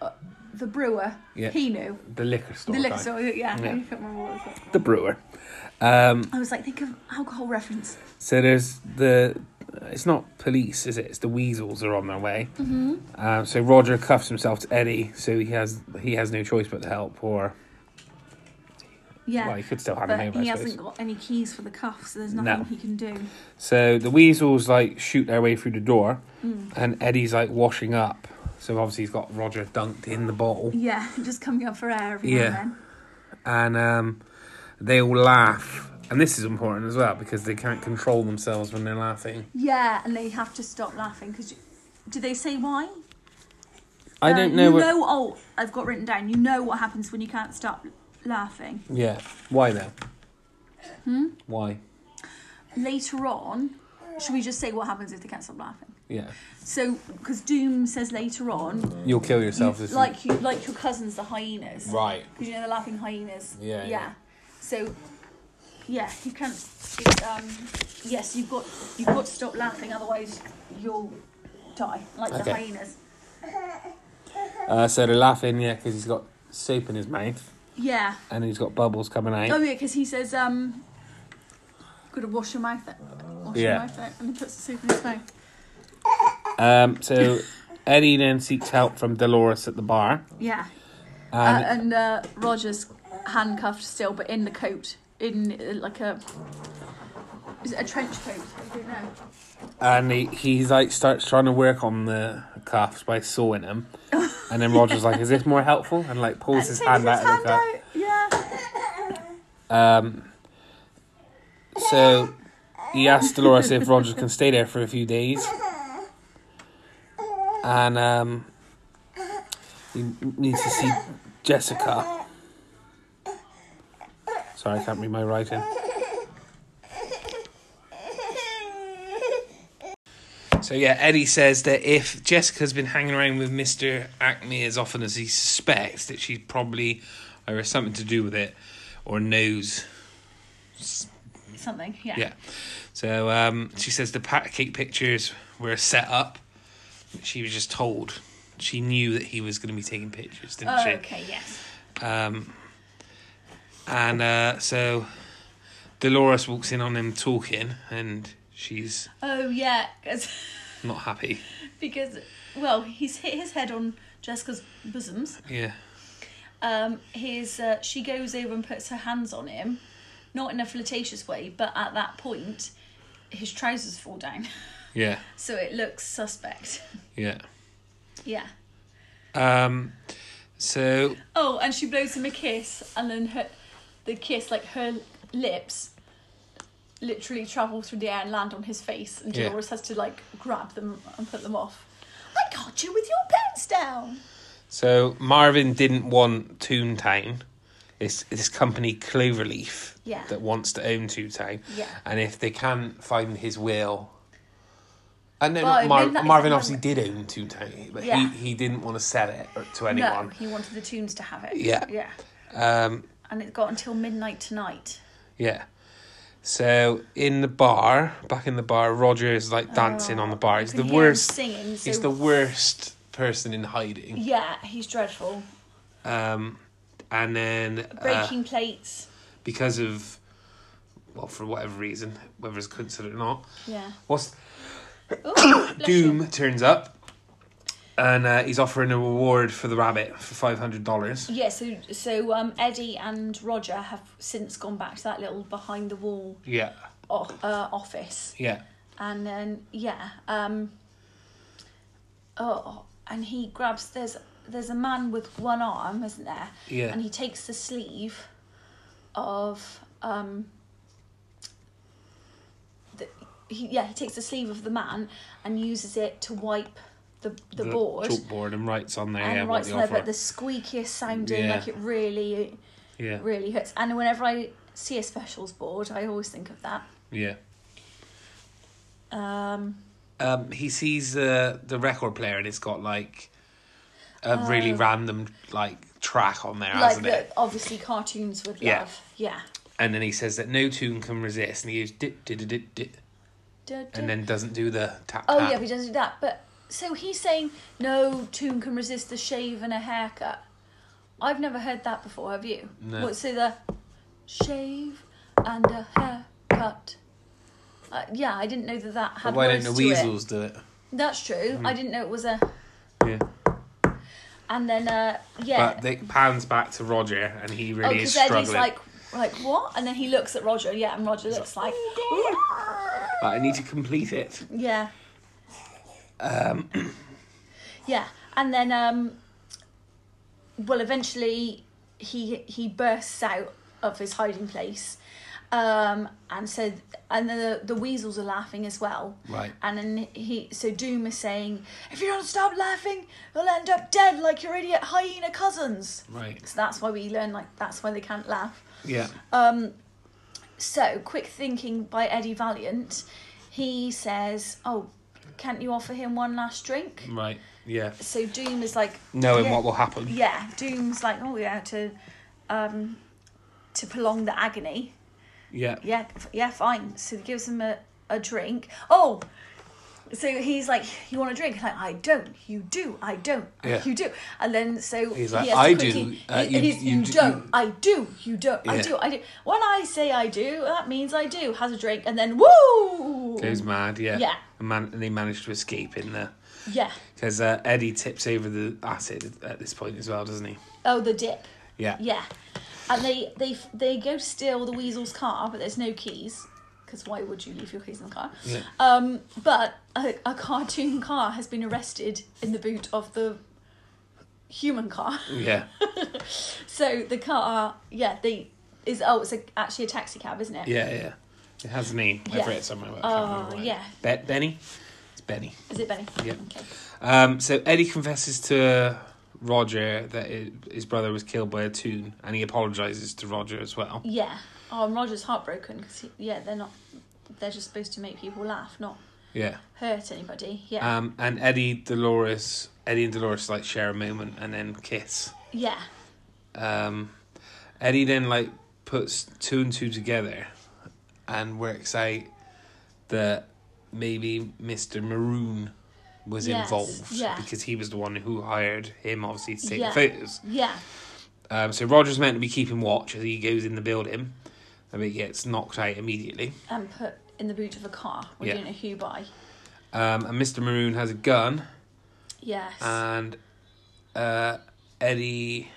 uh, the brewer.
Yeah.
He knew.
The liquor store.
The liquor
guy.
store, yeah.
Yeah.
I can't remember what it was.
The brewer. Um,
I was like, think of alcohol reference.
So there's the. It's not police, is it? It's the weasels are on their way. Mm-hmm. Um, so Roger cuffs himself to Eddie, so he has he has no choice but to help, or
Yeah.
well, he could still hand him
but
over.
he
I
hasn't
suppose.
got any keys for the cuff, so there's
No.
nothing he can do.
So the weasels like shoot their way through the door,
Mm.
and Eddie's like washing up. So obviously he's got Roger dunked in the bowl,
Yeah, (laughs) just coming up for air every now
Yeah.
and then.
and um, they all laugh. And this is important as well because they can't control themselves when they're laughing.
Yeah, and they have to stop laughing because do they say why?
I
Uh,
don't know.
You
what,
know, oh, I've got written down. You know what happens when you can't stop laughing.
Yeah. Why though?
Hmm?
Why?
Later on, should we just say what happens if they can't stop laughing?
Yeah.
So, because Doom says later on,
You'll kill yourself.
you,
if you-
like you, like your cousins, the hyenas,
Right.
Because you know the laughing hyenas.
Yeah,
Yeah.
yeah.
So, yeah, you can't. It, um, yes, you've got you've got to stop laughing, otherwise you'll die, like
Okay.
the hyenas.
Uh, so they're laughing, yeah, because he's got soup in his mouth
Yeah.
and he's got bubbles coming
Oh
out.
yeah, because he says, um, "Got to wash your mouth out, wash
Yeah.
your mouth out," and he puts the soup in his mouth.
Um, so Eddie then seeks help from Dolores at the bar.
Yeah. Uh,
And
and uh, Roger's handcuffed still, but in the coat, in uh, like a is it a trench coat? I don't know.
and he, he's like starts trying to work on the cuffs by sawing him. And then Roger's like, "Is this more helpful?" And like pulls his
Takes
hand out of the cuff.
hand out, Yeah.
Um, so he asks Dolores if Roger can stay there for a few days. And um, he needs to see Jessica. Sorry, I can't read my writing. So yeah, Eddie says that if Jessica's been hanging around with Mister Acme as often as he suspects, that she probably either has something to do with it or knows
Something. Yeah.
yeah. So um, she says the pancake pictures were set up. She was just told. She knew that he was going to be taking pictures, didn't
Oh,
she?
okay. Yes.
Um, and uh, so Dolores walks in on him talking, and she's
Oh yeah, 'cause- (laughs)
not happy.
because well, he's hit his head on Jessica's bosoms,
Yeah.
um, his uh, she goes over and puts her hands on him, not in a flirtatious way, but at that point, his trousers fall down, (laughs)
Yeah.
so it looks suspect. (laughs)
Yeah.
Yeah.
Um, so
Oh, and she blows him a kiss, and then her, the kiss, like her lips, literally travel through the air and land on his face, and
Yeah.
Dolores has to like grab them and put them off. I got you with your pants down.
so Marvin didn't want Toontown. It's this company Cloverleaf
Yeah.
that wants to own Toontown.
Yeah.
And if they can't find his will. And then
Well, maybe
Mar-
that is
Marvin
a-
obviously did own Toontown, but
Yeah.
he, he didn't want to sell it to anyone.
No, he wanted the tunes to have it.
Yeah.
Yeah.
Um,
And it got until midnight tonight.
yeah. So in the bar, back in the bar, Roger is like dancing on the bar. He's
You
the
can Oh, hear him
worst.
Singing. So
He's the worst person in hiding.
yeah, he's dreadful.
Um, and then uh,
Breaking plates.
because of well, for whatever reason, whether it's considered or not,
Yeah.
what's
Ooh, bless you.
Doom turns up, and uh, he's offering a reward for the rabbit for five hundred dollars.
Yeah, so so um, Eddie and Roger have since gone back to that little behind the wall
Yeah,
o- uh, office,
yeah,
and then yeah, um, oh, and he grabs there's there's a man with one arm, isn't there?
Yeah.
and he takes the sleeve of um. The, he, yeah, he takes the sleeve of the man and uses it to wipe the the, board.
chalkboard, and writes on there.
And
yeah, what
writes
the
on there,
offer.
but the squeakiest sounding,
Yeah.
like it really
yeah,
really hurts. And whenever I see a specials board, I always think of that.
yeah.
Um,
um, he sees the the record player and it's got like a really random Oh. like track on there,
like
hasn't it?
the, obviously cartoons with
Yeah.
love. Yeah.
And then he says that no tune can resist, and he goes dit dit dit dit, dit
Da- da-
and then doesn't do the tap.
oh
tap.
yeah, he does do that. But so he's saying no tune can resist a shave and a haircut. I've never heard that before. Have you?
No.
What so the shave and a haircut. Uh, yeah, I didn't know that that
But
had
why don't
words
the
to it.
weasels Hmm. do it?
That's true. I didn't know it was a.
Yeah.
And then uh, yeah.
But they pounds back to Roger, and he
Oh,
really
because
is struggling.
Eddie's like, like what? And then he looks at Roger, yeah, and Roger looks like,
Oh, But I need to complete it.
yeah,
Um,
(clears throat) yeah. And then, um, well, eventually he he bursts out of his hiding place, um, and so and the the weasels are laughing as well.
Right.
And then he so Doom is saying, if you don't stop laughing, you'll end up dead like your idiot hyena cousins.
Right.
So that's why we learn like that's why they can't laugh.
Yeah.
Uh, So, quick thinking by Eddie Valiant. He says, "Oh, can't you offer him one last drink?"
right. Yeah.
So Doom is like,
Knowing
yeah,
what will happen.
Yeah, Doom's like, "Oh yeah, to, um, to prolong the agony."
Yeah.
Yeah, f- yeah, fine. So he gives him a, a drink. Oh, so he's like, "You want a drink?" Like, "I don't." You do. I don't.
Yeah.
You do. And then so
He's like,
he has to
"I do,
quickly-
uh,
he-
you-
he's,
you
you,
do-
don't. I do. You don't. I
Yeah.
do. I do. When I say I do, that means I do. Has a drink and then woo.
Goes mad. Yeah.
Yeah.
And, man- and they managed to escape in there.
Yeah.
Because uh, Eddie tips over the acid at this point as well, doesn't he?
Oh, the dip.
Yeah.
Yeah. And they they they go to steal the weasel's car, but there's no keys. Because why would you leave your keys in the car?
Yeah.
Um, but a, a cartoon car has been arrested in the boot of the human car.
Yeah.
So the car, yeah, they is oh, it's a, actually a taxi cab, isn't it?
Yeah, yeah. It has a name. I've
Yeah.
read it somewhere. but I can't
Oh,
remember where.
yeah.
Be- Benny? It's Benny.
Is it Benny?
Yeah.
Okay.
Um, so Eddie confesses to Roger that i his brother was killed by a tune, and he apologizes to Roger as well.
Yeah. Oh, and Roger's heartbroken because yeah, they're not. They're just supposed to make people laugh, not
Yeah.
hurt anybody. Yeah.
Um, and Eddie, Dolores, Eddie and Dolores like share a moment and then kiss.
yeah.
Um, Eddie then like puts two and two together, and works out that maybe Mister Maroon was
Yes,
involved
yeah.
because he was the one who hired him, obviously, to take
Yeah.
the photos.
Yeah.
Um, so Roger's meant to be keeping watch as he goes in the building, but he gets knocked out immediately.
and put in the boot of a car. We
Yeah.
don't know who by.
Um, and Mister Maroon has a gun,
Yes.
and uh, Eddie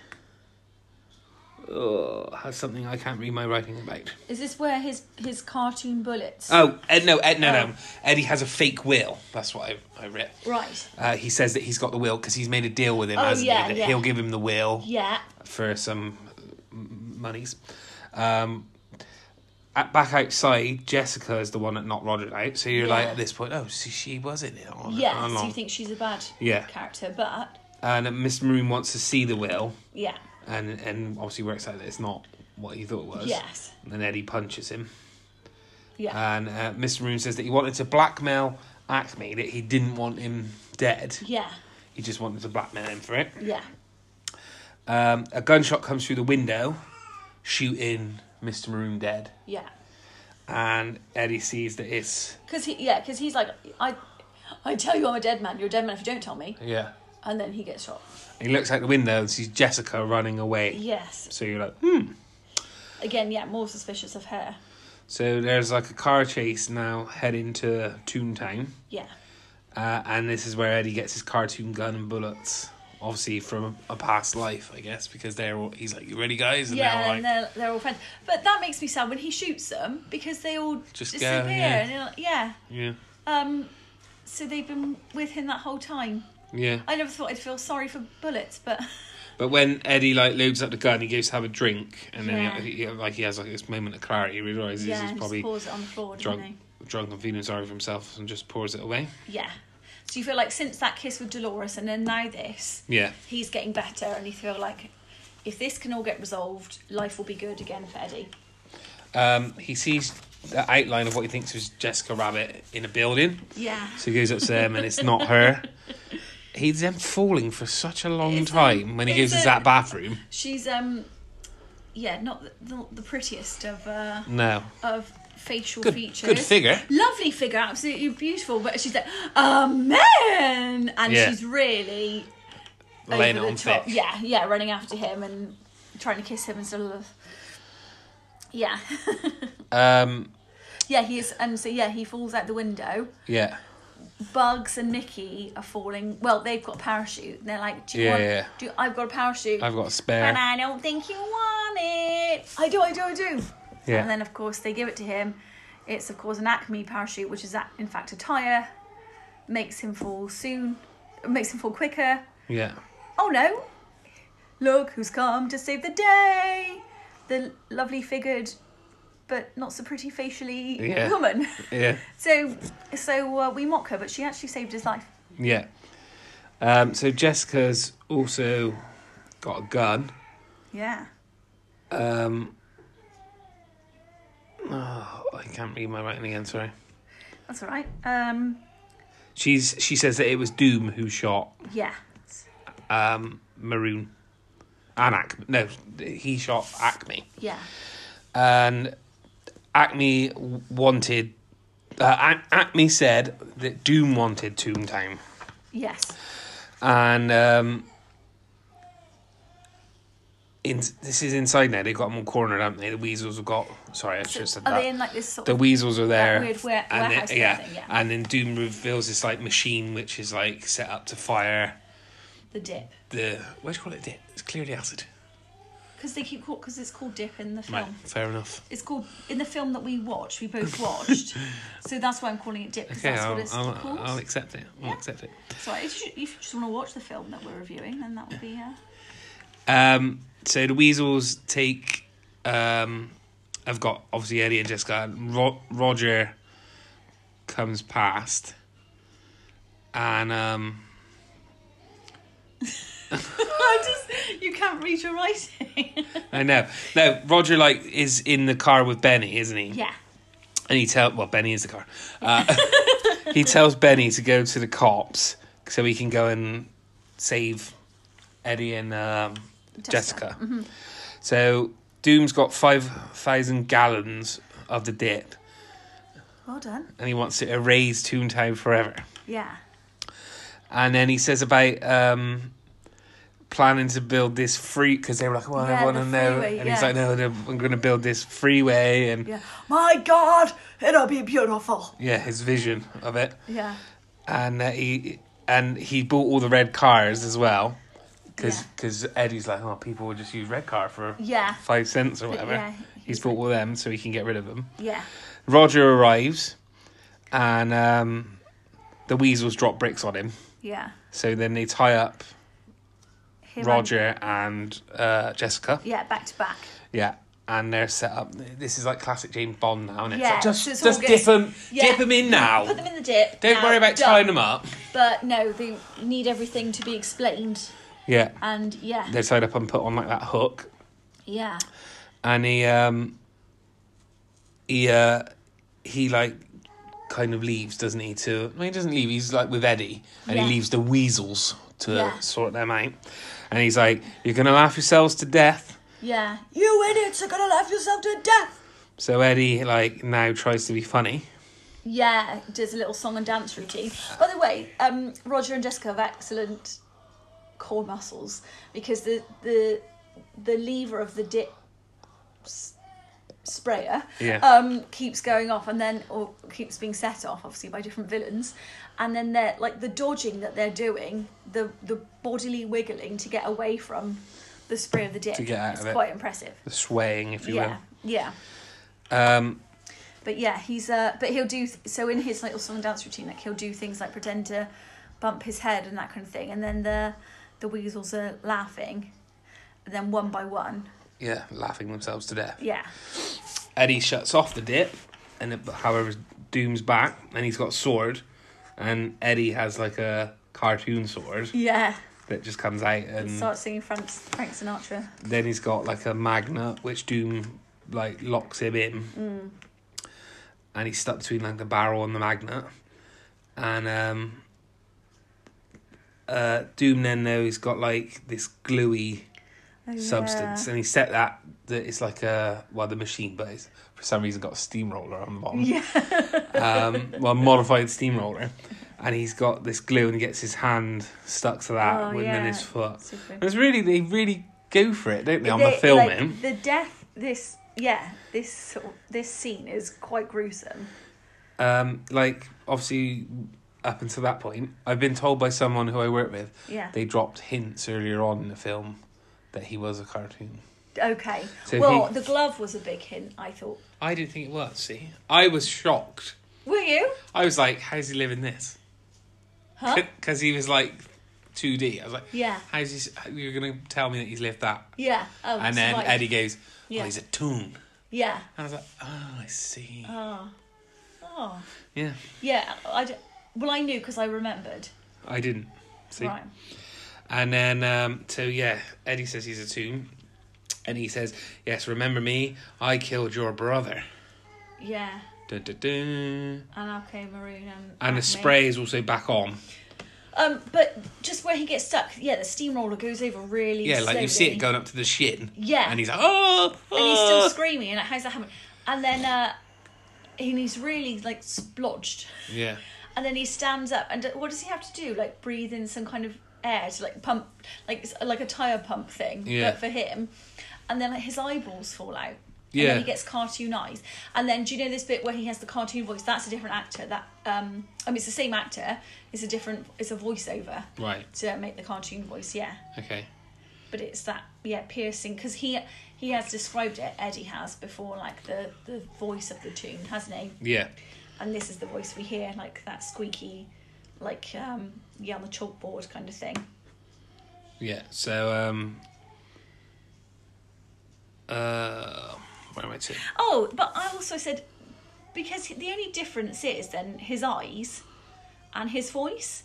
oh, has something I can't read my writing about.
Is this where his his cartoon bullets?
Oh, Ed, no, Ed, no,
Oh.
no. Eddie has a fake will. That's what I, I read.
Right.
Uh, he says that he's got the will because he's made a deal with him,
Oh,
hasn't
yeah,
he? That
yeah.
he'll give him the will
Yeah.
for some m- monies. Um, at, back outside, Jessica is the one that knocked Roger out. So you're like
Yeah.
at this point, oh, so she was in it Oh, all,
Yes.
all
so
along.
you think she's a bad
Yeah.
character, but
and uh, Mr. Maroon wants to see the will,
yeah.
and and obviously works out that it's not what he thought it was.
Yes.
And then Eddie punches him,
Yeah.
and uh, Mr. Maroon says that he wanted to blackmail Acme, that he didn't want him dead.
yeah.
He just wanted to blackmail him for it.
Yeah.
Um, a gunshot comes through the window, shooting Mr. Maroon dead.
Yeah.
And Eddie sees that it's
Because he, yeah, 'cause he's like, I, I tell you, I'm a dead man. You're a dead man if you don't tell me.
yeah.
And then he gets shot.
He looks out the window and sees Jessica running away.
Yes.
So you're like, hmm.
Again, yeah, more suspicious of her.
So there's like a car chase now heading to Toontown,
Yeah.
uh, and this is where Eddie gets his cartoon gun and bullets, obviously from a past life, I guess, because they're all, he's like, "You ready, guys?" And
yeah,
they're all like,
and they're, they're all friends. But that makes me sad when he shoots them because they all
Just go,
disappear.
yeah.
And you're like, yeah.
"Yeah,
Um, so they've been with him that whole time.
yeah."
I never thought I'd feel sorry for bullets, but
But when Eddie like lubes up the gun, he goes to have a drink, and then
Yeah.
he, he- like he has like this moment of clarity. He realizes
yeah,
he's
he
probably
just pours it on the floor, doesn't
drunk, drunk and feeling sorry for himself, and just pours it away.
he? Yeah. So you feel like since that kiss with Dolores and then now this,
Yeah,
he's getting better, and you feel like if this can all get resolved, life will be good again for Eddie.
um, he sees the outline of what he thinks is Jessica Rabbit in a building,
Yeah.
so he goes up to them, and it's
(laughs)
not her. He's then falling for such a long
It's a-
time when he
it's
goes to
a-
that bathroom.
She's um, yeah, not the, not the prettiest of uh
No,
of facial
good,
features.
good figure.
Lovely figure, absolutely beautiful. But she's like, oh man, and
Yeah.
she's really
Laying it
over the
on
top.
thick.
Yeah, yeah, running after him and trying to kiss him and sort of. Yeah, (laughs)
Um,
yeah, he is, and so yeah, he falls out the window.
yeah,
Bugs and Nikki are falling. Well, they've got a parachute, and they're like, "Do you
Yeah,
want?
yeah.
Do I've got a parachute?"
I've got a
and
spare.
I don't think you want it. I do, I do, I do.
Yeah.
And then, of course, they give it to him. It's, of course, an Acme parachute, which is, a- in fact, a tyre. Makes him fall soon. Makes him fall quicker.
Yeah,
Oh, no. Look who's come to save the day. The lovely figured, but not so pretty facially
Yeah.
woman. (laughs)
yeah.
So, so uh, we mock her, but she actually saved his life.
Yeah. Um, so Jessica's also got a gun.
Yeah.
Um, oh, I can't read my writing again. Sorry.
That's all right. Um,
She's she says that it was Doom who shot
yeah.
um, Maroon and Acme. No, he shot Acme,
Yeah.
and Acme wanted. Uh, Ac- Acme said that Doom wanted Toontown.
Yes.
and um, in, this is inside now. They've got them all cornered, haven't they? The weasels have got. Sorry, I should have said
Are
that.
they in like this sort
the
of
weasels are there,
weird ware-
and
warehouse
then, yeah,
thing, yeah.
and then Doom reveals this like machine which is like set up to fire
the dip?
the. What do you call it? Dip? It's clearly acid.
Because they keep call because it's called dip in the film.
Right, fair enough.
It's called in the film that we watched. We both
(laughs)
watched, so that's why I'm calling it dip because
Okay,
that's
I'll,
what it's
I'll,
called.
I'll accept it. I'll
Yeah.
accept it.
so if you, if you just want to watch the film that we're reviewing, then that would be uh,
Um, so the Weasels take. Um, I've got obviously Eddie and Jessica. And Ro- Roger comes past, and um,
(laughs) I just you can't read your writing.
I know no Roger like is in the car with Benny, isn't he?
yeah,
And he tell well Benny is the car. Uh, (laughs) he tells Benny to go to the cops so he can go and save Eddie and um, Jessica. So Doom's got five thousand gallons of the dip.
well done.
and he wants to erase Toontown forever.
Yeah,
And then he says about um, planning to build this free because they were like, "Well,
Yeah,
I want
the
to know,"
freeway,
and
yeah.
he's like, "No, they're- I'm going to build this freeway," and yeah.
yeah. My God, it'll be beautiful.
his vision of it,
Yeah,
and uh, he and he bought all the red cars as well because
Yeah.
Eddie's like, oh, people will just use Redcar for
Yeah.
five cents or
But
whatever.
yeah,
he's bought all them so he can get rid of them.
Yeah.
Roger arrives, and um, the weasels drop bricks on him.
Yeah.
So then they tie up
Him and-
Roger and uh, Jessica.
yeah, back to back.
Yeah. And they're set up. This is like classic James Bond now, and
Yeah,
it's like, just
so it's all
just
good.
dip them,
Yeah.
dip them in now.
Put them in the dip.
(laughs) Don't
now,
worry about
done.
tying them up.
But no, they need everything to be explained.
Yeah,
And yeah.
they're tied up and put on like that hook,
yeah.
and he um he uh he like kind of leaves, doesn't he? To no, he doesn't leave. He's like with Eddie, and
Yeah.
he leaves the weasels to
Yeah.
sort them out. And he's like, "You're gonna laugh yourselves to death."
Yeah. You idiots are gonna laugh yourself to death.
So Eddie like now tries to be funny.
Yeah, does a little song and dance routine. By the way, um, Roger and Jessica have excellent core muscles because the the the lever of the dip s- sprayer
Yeah.
um, keeps going off and then or keeps being set off obviously by different villains and then they're like the dodging that they're doing the the bodily wiggling to get away from the spray of the dip
To get out
is
of it.
quite impressive
The swaying, if you
yeah yeah
will. Um,
but yeah, he's uh, but he'll do so in his little song and dance routine. Like he'll do things like pretend to bump his head and that kind of thing, and then the the weasels are laughing, and then one by one,
yeah, laughing themselves to death.
yeah,
Eddie shuts off the dip, and it, however, Doom's back, and he's got a sword, and Eddie has like a cartoon sword
yeah,
that just comes out,
and
and
start singing Frank Frank Sinatra.
then he's got like a magnet which Doom like locks him in, and he's stuck between like the barrel and the magnet, and um, uh, Doom then though he's got like this gluey
Oh,
substance, and he set that that it's like a well the machine, but it's for some reason got a steamroller on the bottom.
Yeah.
Um, well, modified steamroller, and he's got this glue and he gets his hand stuck to that,
Oh,
and then his
yeah.
foot.
Super.
And it's really they really go for it, don't they? On
They-
the filming,
like, the death. This yeah, this sort of- this scene is quite gruesome.
um, like obviously up until that point, I've been told by someone who I work with
Yeah.
they dropped hints earlier on in the film that he was a cartoon.
Okay.
So
well,
he-
the glove was a big hint. I thought.
I didn't think it was. See, I was shocked.
Were you?
I was like, how's he living this?
Huh?
Because he was like 2D. I was like,
Yeah.
how's he? You're gonna tell me that he's lived that?
Yeah. Oh,
and then
survived.
Eddie goes,
Yeah.
oh, he's a toon.
Yeah.
And I was like, oh, I see.
Oh. Oh.
yeah,
Yeah, I d- well, I knew because I remembered.
I didn't. See.
Right.
And then, um, so yeah, Eddie says he's a toon, and he says, yes, remember me? I killed your brother.
Yeah,
Dun, dun, dun.
and okay, maroon and
And the
Acme.
spray is also back on.
Um, but just where he gets stuck, yeah, the steamroller goes over really.
Yeah, like you see it
slowly.
going up to the shin.
Yeah.
And he's like, oh,
and he's still
oh."
screaming. And like, how's that happening? And then, uh, and he's really like splodged.
Yeah.
And then he stands up, and what does he have to do? Like breathe in some kind of air to like pump, like it's like a tire pump thing,
Yeah.
but for him. And then like his eyeballs fall out. And
Yeah.
then he gets cartoon eyes. And then do you know this bit where he has the cartoon voice? That's a different actor. That um, I mean, it's the same actor. It's a different. It's a voiceover
Right.
to make the cartoon voice. Yeah.
Okay.
But it's that yeah piercing because he he has described it. Eddie has before like the the voice of the tune, hasn't he?
Yeah.
and this is the voice we hear, like that squeaky, like um, yeah, on the chalkboard kind of thing.
Yeah. So, um, uh, where am I to?
Oh, but I also said because the only difference is then his eyes and his voice.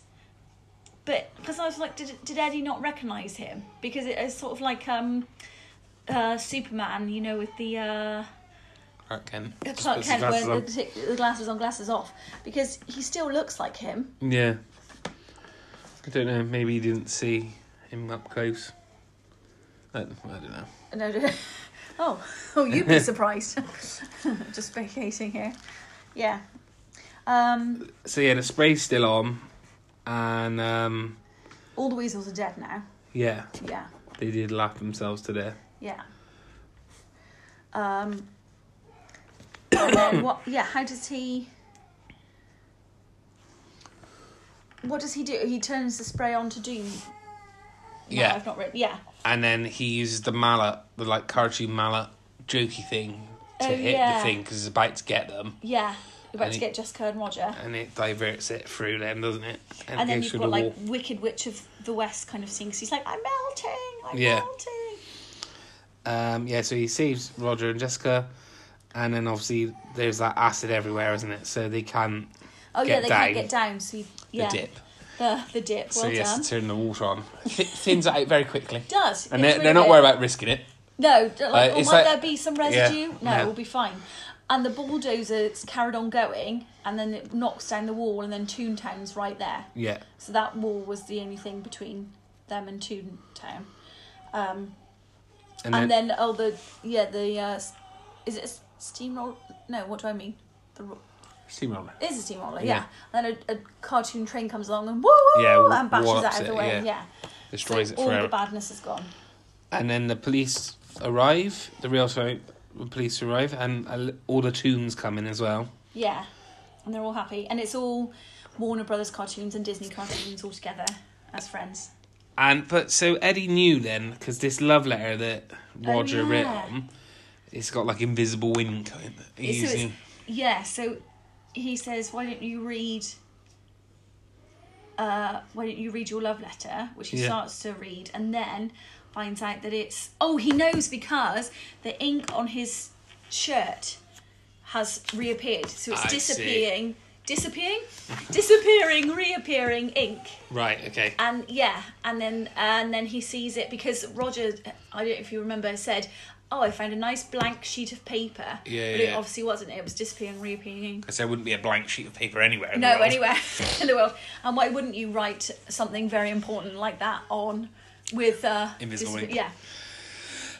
But because I was like, did, did Eddie not recognise him? Because it is sort of like um, uh, Superman, you know, with the. Uh,
Clark Kent.
the
Just
Clark
puts his
Kent, where
glasses
the,
on.
partic- the glasses on, glasses off, because he still looks like him.
Yeah. I don't know. Maybe you didn't see him up close. I, I don't know.
No, no. (laughs) Oh, oh, you'd
(laughs)
be surprised. (laughs) Just vacating here. Yeah. Um,
So yeah, the spray's still on, and um,
all the weasels are dead now.
yeah,
Yeah,
they did laugh themselves to death.
yeah. Um, (coughs) and then what? Yeah. How does he? What does he do? He turns the spray on to Doom. No,
Yeah.
I've not written. Yeah.
and then he uses the mallet, the like cartoon mallet, jokey thing to
Oh,
hit
yeah.
the thing because it's about to get them,
Yeah. You're about
And
to
he-
get Jessica and Roger.
and it diverts it through them, doesn't it?
And then
it goes
you've
through
got
the
like
wall.
Wicked Witch of the West kind of scene 'cause he's like, I'm melting, I'm
Yeah.
melting.
Um, yeah, so he saves Roger and Jessica, and then obviously there's that acid everywhere, isn't it? So they can't
Oh yeah,
Get
they
down.
can't get down, so he, yeah,
the dip.
the the dip. Well
so he has
done.
to turn the water on. Th- thins it out very quickly.
Does It's
And they're,
really
they're not
good.
worried about risking it.
No, d- like,
Uh,
or
it's
might
like-
there be some residue? no,
no.
we'll be fine. And the bulldozer's carried on going, and then it knocks down the wall, and then Toontown's right there.
Yeah.
So that wall was the only thing between them and Toontown. Um, and
And, then,
then, oh, the yeah, the uh, s- is it a s- steamroller? No, what do I mean? The ro-
steamroller.
it is a steamroller, yeah.
Yeah.
And then a, a cartoon train comes along and woo, woo
Yeah, wa-
and bashes
wallops
out of
it,
the way.
yeah.
Yeah, So
Destroys it
all
forever.
the badness is gone.
and then the police arrive. The real sorry, the police arrive, and a li- all the tunes come in as well.
Yeah, and they're all happy, and it's all Warner Brothers cartoons and Disney cartoons all together as friends.
And but so Eddie knew then because this love letter that
Oh,
Roger
yeah.
written, it's got like invisible wind kind of
It's- so
using.
it's, yeah, so he says, "Why don't you read? Uh, why don't you read your love letter?" Which he
Yeah.
starts to read, and then finds out that it's oh he knows because the ink on his shirt has reappeared, so it's
I see.
disappearing, disappearing, disappearing, reappearing ink.
Right. Okay.
and yeah and then and then he sees it because roger i don't know if you remember said oh i found a nice blank sheet of paper
Yeah,
but
yeah,
it
yeah.
obviously wasn't it was disappearing reappearing
Because there wouldn't be a blank sheet of paper anywhere. in the
no
world.
anywhere (laughs) in the world and why wouldn't you write something very important like that on with uh
Invisible ink.
yeah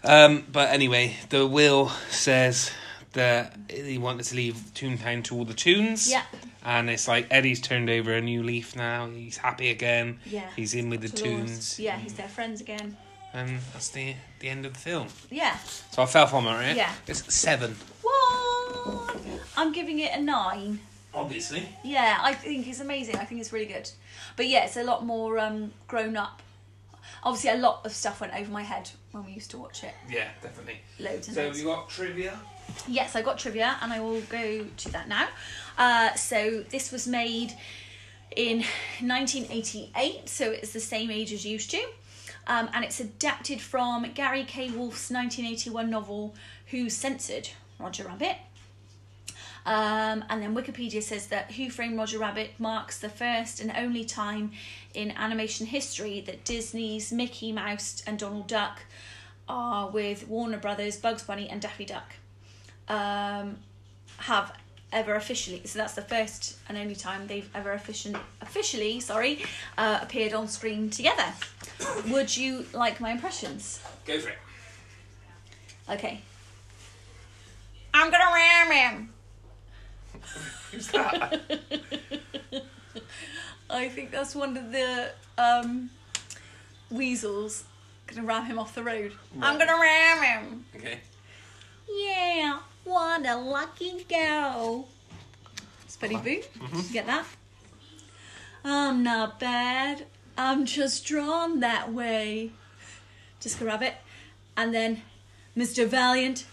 Um, but anyway, the will says that he wanted to leave Toontown to all the tunes.
Yeah.
And it's like Eddie's turned over a new leaf now. He's happy again.
Yeah.
He's in with the Mm. tunes.
Dolores. yeah he's their friends again
And that's the the end of the film.
yeah
So I fell from it, right?
Yeah.
It's seven.
what i'm giving it a nine
Obviously.
Yeah, I think it's amazing. I think it's really good. But yeah, it's a lot more um, grown up. Obviously, a lot of stuff went over my head when we used to watch it.
Yeah, definitely.
Loads and
So
loads.
you got trivia.
Yes, I got trivia, and I will go to that now. Uh, so this was made in 1988, so it's the same age as used to, um, and it's adapted from Gary K. Wolfe's 1981 novel "Who Censored Roger Rabbit." Um, and then Wikipedia says that Who Framed Roger Rabbit marks the first and only time in animation history that Disney's Mickey Mouse and Donald Duck are with Warner Brothers, Bugs Bunny, and Daffy Duck um, have ever officially so that's the first and only time they've ever officially officially sorry uh, appeared on screen together would you like my impressions
Go
(laughs)
for it.
okay i'm gonna ram him
Who's that?
(laughs) i think that's one of the um weasels gonna ram him off the road i'm gonna ram him
okay.
yeah what a lucky girl Spuddy Boo. Did you get that? I'm not bad. I'm just drawn that way. Jessica Rabbit. And then, Mr. Valiant,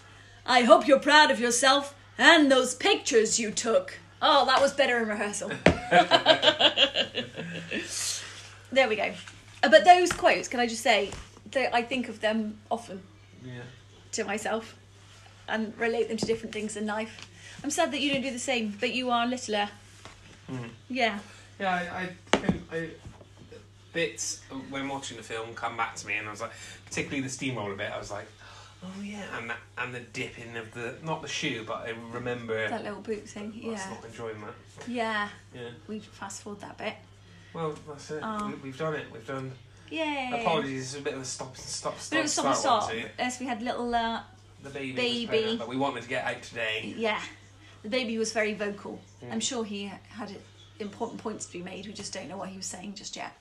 I hope you're proud of yourself and those pictures you took. Oh, that was better in rehearsal. there we go. Uh, But those quotes, can I just say, they, I think of them often
Yeah.
to myself and relate them to different things in life. I'm sad that you don't do the same, but you are littler.
Mm-hmm.
Yeah.
Yeah, I, I, think I bits uh, when watching the film come back to me, and I was like, particularly the steamroller bit. I was like, oh yeah, and that, and the dipping of the not the shoe, but I remember.
That little boot thing.
I was
Yeah.
not enjoying that.
Yeah.
Yeah.
We fast forward that bit.
Well, that's it.
Oh.
We, we've done it. We've done.
Yay.
Apologies, it's a bit of a stop, stop, stop,
But it was stop and
start one,
stop.
too.
Yes, we had little. Uh,
The baby,
Baby.
Was pregnant, but we wanted to get out today.
yeah. The baby was very vocal.
Mm.
I'm sure he had important points to be made. We just don't know what he was saying just yet.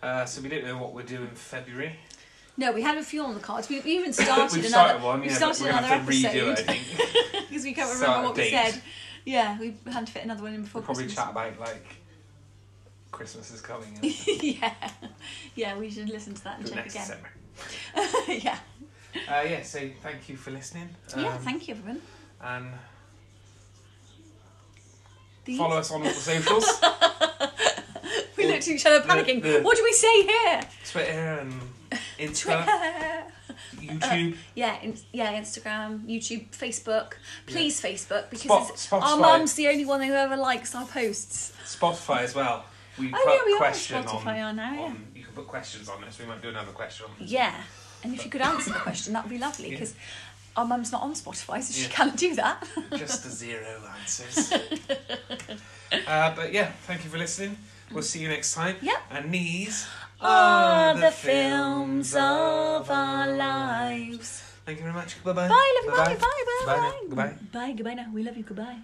Uh, so we don't know what we're doing in February.
No, we had a few on the cards. We we
(laughs)
even started
we've
another.
started one.
we
yeah,
started
but we're
another
gonna have to redo it. I
episode (laughs)
think.
because we can't
Start
remember what
dates.
we said. Yeah, we had to fit another one in before
We'll probably
Christmas.
chat about like Christmas is coming. isn't it?
(laughs) yeah, yeah. We should listen to that and
Till
check
next
again.
December.
(laughs) yeah,
Uh, yeah, so thank you for listening.
yeah.
um,
Thank you, everyone.
And
These-
follow us on all
(laughs)
the socials
we looked at each other panicking.
the- Uh,
what do we say here?
Twitter
(laughs)
and
Twitter. Uh,
Insta, YouTube.
yeah, in, yeah. Instagram, YouTube, Facebook. Please Facebook because
Spot-
it's,
Spotify.
our mum's the only one who ever likes our posts.
Spotify as well. We
Oh,
put
yeah, we are on
question
Spotify
on,
are now, yeah.
on- You can put questions on this. We might do another question. on-
Yeah, and if you could answer the question, that would be lovely
Yeah.
because our mum's not on Spotify, so she
Yeah.
can't do that.
(laughs) Just the zero
(laughs)
answers. uh, but yeah, thank you for listening. We'll see you next time.
Yep.
And these
Are the films of our lives.
Thank you very much.
Bye,
Bye-bye.
love you, bye,
Bye
bye, bye,
Bye now. Goodbye.
Bye, goodbye now. We love you, goodbye.